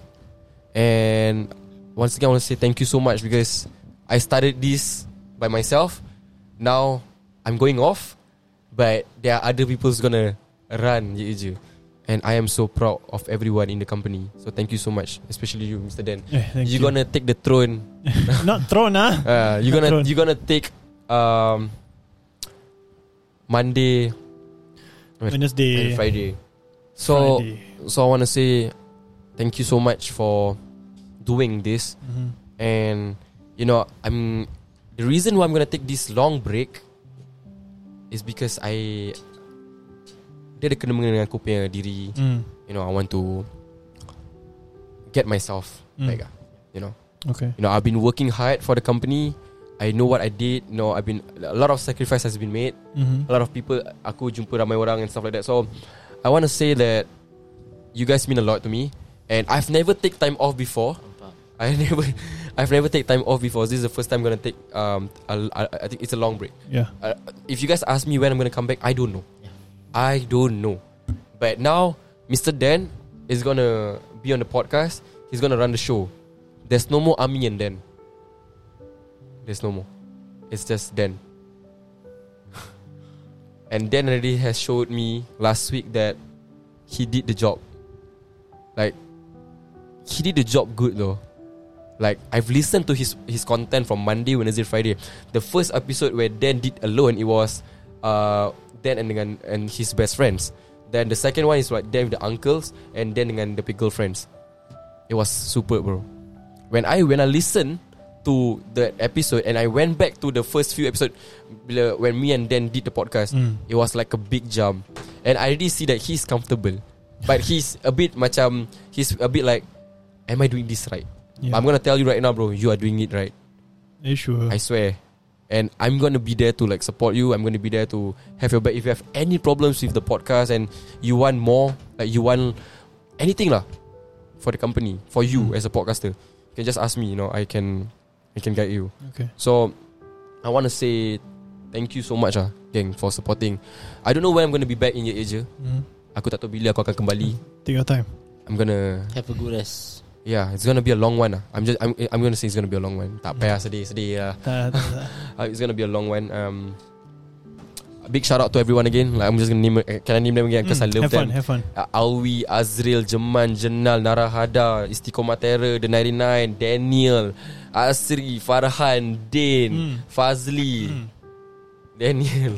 E: and once again I want to say thank you so much because I started this by myself now I'm going off but there are other people's gonna run Ye Eja And I am so proud of everyone in the company. So thank you so much, especially you, Mr. Dan.
F: Eh, thank you.
E: you gonna take the throne.
F: Not thrown ah.
E: Uh, you gonna
F: Throne.
E: you gonna take um Monday and
F: Wednesday.
E: Friday. So
F: Friday.
E: so I want to say thank you so much for doing this.
F: Mm-hmm.
E: And you know, I'm the reason why I'm gonna take this long break is because I dia ada kena mengena dengan aku punya diri.
F: Hmm.
E: You know, I want to get myself
F: Mm.
E: back. ah, You know,
F: Okay.
E: you know, I've been working hard for the company. I know what I did. You know, I've been a lot of sacrifice has been made
F: Mhm.
E: a lot of people aku jumpa ramai orang and stuff like that so I want to say that you guys mean a lot to me and I've never take time off before I never I've never take time off before this is the first time I'm gonna take um a, I, I think it's a long break
F: Yeah.
E: uh, if you guys ask me when I'm gonna come back I don't know I don't know but now Mr. Dan is gonna be on the podcast he's gonna run the show there's no more Ami and Dan there's no more it's just Dan and Dan already has showed me last week that he did the job. Like he did the job good though. Like I've listened to his his content from Monday, Wednesday, Friday. The first episode where Dan did alone, it was uh Dan and dengan and his best friends. Then the second one is like Dan with the uncles and Dan dengan the big girlfriends. It was super, bro. When I when I listen to that episode and I went back to the first few episode bila- when me and Dan did the podcast,
F: Mm.
E: it was like a big jump. And I already see that he's comfortable. But he's a bit macam he's a bit like am I doing this right?
F: Yeah.
E: But I'm gonna tell you right now, bro. You are doing it right.
F: Are you sure?
E: I swear. And I'm gonna be there to like support you. I'm gonna be there to have your back. If you have any problems with the podcast and you want more, like you want anything lah for the company, for you as a podcaster, you can just ask me. You know, I can, I can guide you.
F: Okay.
E: So, I want to say thank you so much ah, gang, for supporting. I don't know when I'm gonna be back in your Asia.
F: Mhm.
E: Aku tak tahu bila aku akan kembali.
F: Take your time.
E: I'm gonna
G: Have a good rest
E: Yeah, it's gonna be a long one. ah. I'm just, I'm, I'm gonna say it's gonna be a long one. Tak payah sedih, sedih lah.
F: Tak- tak- tak.
E: Uh, it's gonna be a long one. Um, a big shout out to everyone again. Like I'm just gonna name, uh, can I name them again because I
F: Mm. have
E: love
F: fun.
E: them.
F: Have fun.
E: Uh, Alwi, Azril, Jeman, Jenal, Narahada, Istiqomatera, The 99, Daniel, Asri,
F: Mm.
E: Farhan, Din, Fazli, Daniel,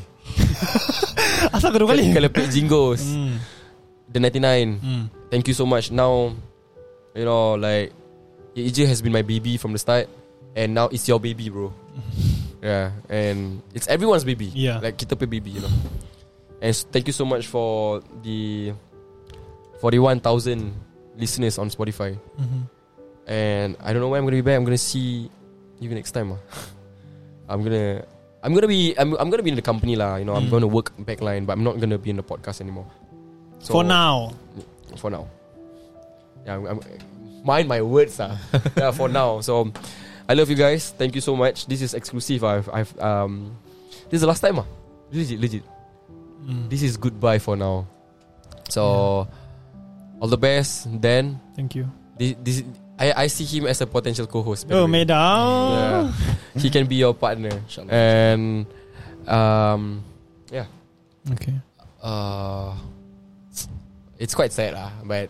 F: Asal kau dua kali?
E: Kelepek Jingos,
F: Hmm.
E: The 99.
F: Hmm.
E: Thank you so much. Now, you know, like, EJ has been my baby from the start, and now it's your baby, bro.
F: Mm-hmm.
E: yeah, and it's everyone's baby.
F: Yeah.
E: like kita punya baby, you know. And s- thank you so much for the forty-one thousand listeners on Spotify.
F: Mhm.
E: And I don't know when I'm gonna be back. I'm gonna see you next time. ah. I'm gonna. I'm gonna be I'm, I'm gonna be in the company lah, you know. I'm
F: Mm.
E: gonna work backline, but I'm not gonna be in the podcast anymore.
F: For now.
E: for now. Yeah, I'm, I'm, mind my words, ah. yeah, for now. So, I love you guys. Thank you so much. This is exclusive. I've, I've um, this is the last time, ah. Legit, legit.
F: Mm.
E: This is goodbye for now. So, all the best. Then,
F: Thank you.
E: this, this I, I see him as a potential co-host. by the
F: Oh,
E: way.
F: Meda.
E: Yeah. he can be your partner, and um, yeah.
F: Okay.
E: uh, it's quite sad lah, but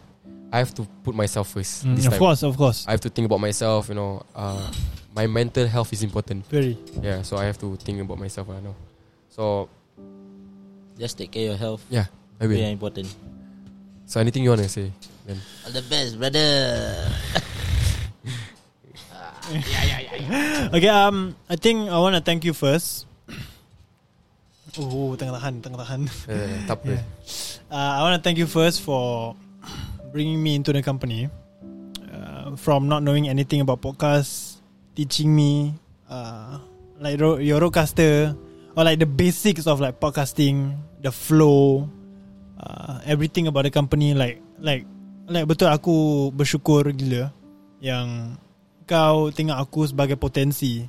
E: I have to put myself first.
F: Mm,
E: this
F: of
E: time.
F: course, of course.
E: I have to think about myself. You know, uh, my mental health is important.
F: Very.
E: Yeah, so I have to think about myself. I know. So
G: Just take care of your health
E: yeah, I will.
G: Very important
E: So anything you wanna say? Then
G: All the best brother
F: Okay, um, I think I want to thank you first. Oh, tengah tahan, tengah tahan.
E: uh, tak apa.
F: Uh, I want to thank you first for bringing me into the company. Uh, from not knowing anything about podcasts, teaching me uh, like ro- your roadcaster or like the basics of like podcasting, the flow, uh, everything about the company. Like like like betul aku bersyukur gila yang kau tengok aku sebagai potensi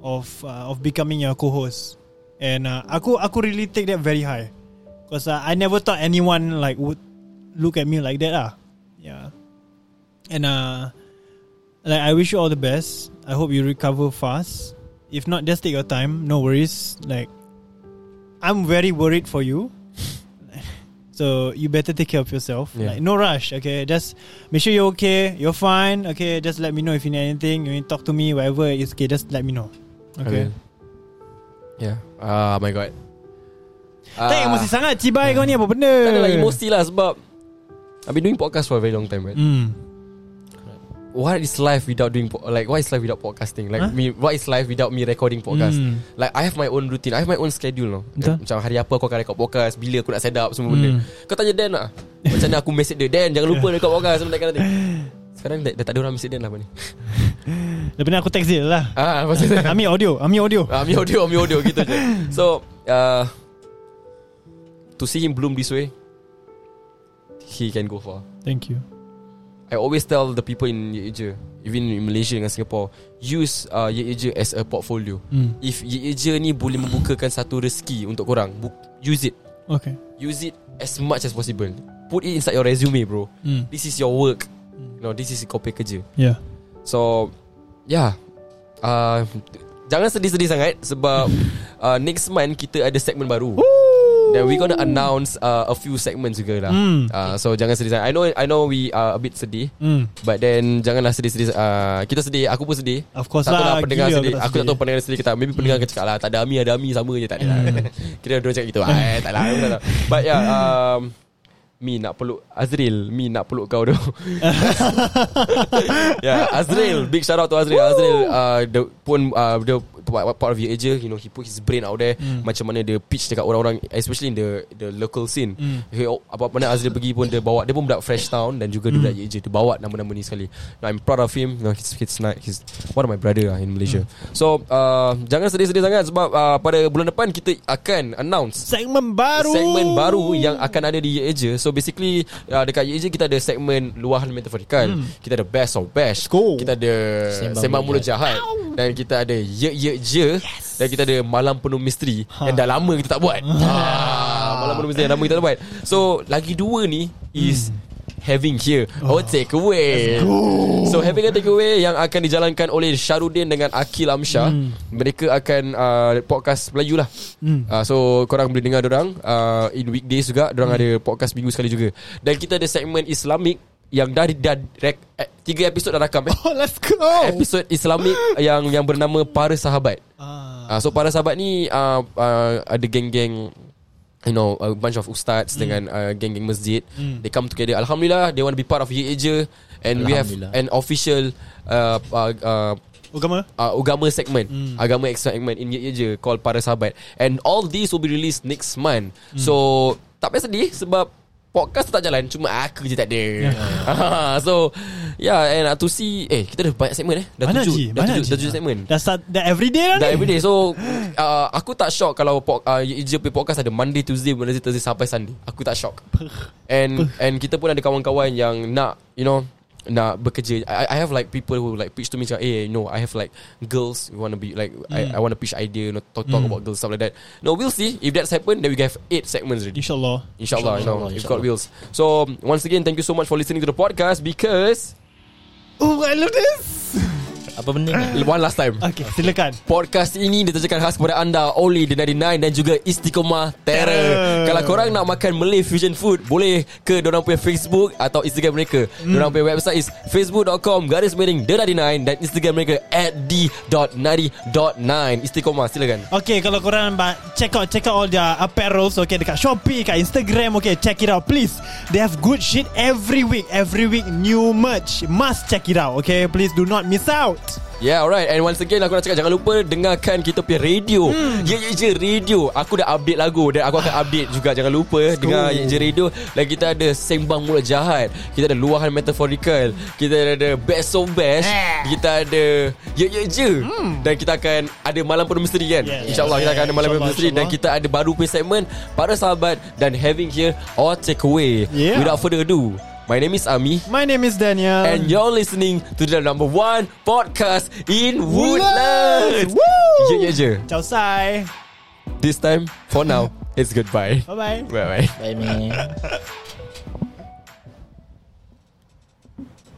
F: of uh, of becoming your co-host. And uh, aku aku really take that very high. Cause uh, I never thought anyone like would look at me like that ah. Yeah. And uh like I wish you all the best. I hope you recover fast. If not just take your time, no worries. Like I'm very worried for you. So you better take care of yourself.
E: Yeah.
F: Like no rush. Okay, just make sure you're okay. You're fine. Okay, just let me know if you need anything. You need to talk to me. Whatever it's okay. Just let me know. Okay.
E: Yeah Ah my god
F: Tak emosi sangat
E: Ah.
F: Cibai kau ni apa benda
E: Tak adalah emosi lah sebab I've been doing podcast for a very long time right
F: Hmm
E: What is life without doing po- Like what is life without podcasting
F: Huh?
E: Like me What is life without me recording podcast
F: Hmm.
E: Like I have my own routine I have my own schedule no?
F: Betul.
E: Macam hari apa aku akan record podcast Bila aku nak set up semua benda Kau tanya Dan lah Macam mana aku message dia Dan jangan lupa record podcast Semua takkan nanti Sekarang dah, dah tak ada orang message Dan lah apa ni
F: Lepas ni aku text dia lah
E: Ah, maksud saya
F: Ami audio Ami audio
E: Ah, mi audio, mi audio gitu je. So, uh, to see him bloom this way, he can go far.
F: Thank you
E: I always tell the people in Yeeja, even in Malaysia dengan Singapore, use uh, Yeeja as a portfolio.
F: Hmm.
E: If Yeeja ni boleh membukakan satu rezeki untuk korang, bu- use it.
F: Okay
E: Use it as much as possible. Put it inside your resume, bro.
F: Hmm
E: This is your work. You know, this is kau punya kerja.
F: Yeah
E: So Yeah uh, Jangan sedih-sedih sangat Sebab uh, Next month Kita ada segmen baru Then we gonna announce uh, A few segments juga lah
F: Hmm.
E: uh, So jangan sedih sangat I know I know we are a bit sedih
F: Hmm
E: But then Janganlah sedih-sedih uh, Kita sedih Aku pun sedih
F: Of course
E: tak tahu
F: lah
E: lah pendengar
F: gila
E: sedih.
F: aku tak
E: Aku tak tahu
F: sedih. Hmm.
E: pendengar sedih ke tak Maybe pendengar akan cakap lah Tak ada Ami ada Ami Sama je tak ada lah Kira dia orang cakap gitu ah, eh, Tak lah aku tak tahu. But yeah um, Mi nak peluk Azril Mi nak peluk kau tu Yeah Azril Ya, Big shout out to Azril Azril uh, the, Pun uh, the, Part of your aja You know He put his brain out there Macam mana dia pitch Dekat orang-orang Especially in the The local scene oh, he, Apa-apa mana Azril pergi pun Dia bawa Dia pun budak Fresh Town Dan juga dia budak aja Dia bawa nama-nama ni sekali Now, I'm proud of him you know, he's, he's, not, he's One of my brother lah In Malaysia So uh, Jangan sedih-sedih sangat Sebab uh, pada bulan depan Kita akan announce
F: Segmen baru
E: segmen baru yang akan ada di Ye Aja. So basically uh, dekat Ye Aja kita ada segmen luahan metaforikal. Hmm. Kita ada best of best.
F: Let's go.
E: Kita ada
G: Sembang
E: sembang mulut
G: Mulut
E: jahat dan kita ada Ye Ye Je yes. dan kita ada malam penuh misteri ha. yang dah lama kita tak buat. Ha. Malam penuh misteri yang lama kita tak buat. So lagi dua ni is Having here Our takeaway So having a takeaway Yang akan dijalankan oleh Syarudin dengan Akil Amsyah Mereka akan uh, Podcast Melayu lah uh, So korang boleh dengar dorang uh, In weekdays juga Dorang ada podcast minggu sekali juga Dan kita ada segmen Islamic Yang dah, dah rek, eh, Tiga episod dah rakam eh
F: Oh let's go
E: episod Islamic yang yang bernama Para Sahabat.
F: Ah.
E: Uh, so Para Sahabat ni uh, uh, ada geng-geng you know a bunch of ustaz
F: Hmm.
E: mm. dengan uh, geng-geng masjid. Mm. They come together. Alhamdulillah they want to be part of Yeeja and we have
G: Alhamdulillah.
E: an official uh, uh, uh,
F: Agama
E: uh, agama segment
F: Hmm.
E: mm. agama extra segment in ye je call para sahabat and all these will be released next month
F: Hmm.
E: mm. so tak payah sedih sebab podcast tetap jalan cuma aku je tak ada so yeah and uh, to see eh kita dah banyak segmen eh dah
F: Mana
E: tujuh
F: Ji?
E: dah
F: Mana
E: tujuh
F: Ji?
E: dah tujuh segmen
F: Dah start Dah everyday lah
E: dah
F: ni
E: everyday So uh, Aku tak shock Kalau po- uh, Ye je punya podcast Ada Monday, Tuesday, Wednesday, Thursday Sampai Sunday Aku tak shock And and kita pun ada kawan-kawan Yang nak You know nak bekerja I, I have like people who like pitch to me macam eh no I have like girls who want to be like I, I want to pitch idea you know, talk, talk about girls stuff like that no we'll see if that's happen then we can have 8 segments already
F: InsyaAllah
E: inshallah, you know
G: Inshallah,
E: if God wills so once again thank you so much for listening to the podcast because
F: Oh I love this
G: Apa benda ni?
E: one last time
F: Okay silakan
E: Podcast ini diterjemahkan khas kepada anda oleh The 99 dan juga Istiqomah Terror.
F: Terror.
E: Kalau korang nak makan Malay fusion food, boleh ke dorang punya Facebook atau Instagram mereka. Mm. Dorang punya website is facebook.com garis miring The 99 dan Instagram mereka at d.90.9. Istiqomah, silakan.
F: Okay kalau korang ba- Check out Check out all their apparels Okay dekat Shopee Dekat Instagram Okay check it out please They have good shit Every week Every week New merch Must check it out Okay please do not miss out
E: Yeah alright And once again aku nak cakap Jangan lupa dengarkan kita punya radio hmm. Ye Ye Je Radio Aku dah update lagu Dan aku akan update juga Jangan lupa dengar Ye Je Radio Dan kita ada Sembang Mulut Jahat Kita ada Luahan Metaphorical Kita ada Best of Best
F: Eh.
E: Kita ada Ye Ye Je hmm. Dan kita akan Ada Malam Penuh Misteri kan
F: Yeah.
E: InsyaAllah kita akan ada Malam Penuh
F: InsyaAllah,
E: Misteri Dan
F: insyaAllah.
E: kita ada baru punya segmen Para Sahabat Dan Having Here Or Takeaway
F: Yeah.
E: Without further ado My name is Ami
F: My name is Daniel
E: And you're listening to the number one podcast in Woodlands.
F: Woo!
E: Yeah, yeah, yeah.
F: Ciao sai
E: This time, for now, it's goodbye.
F: Bye bye
E: Bye bye.
G: Bye man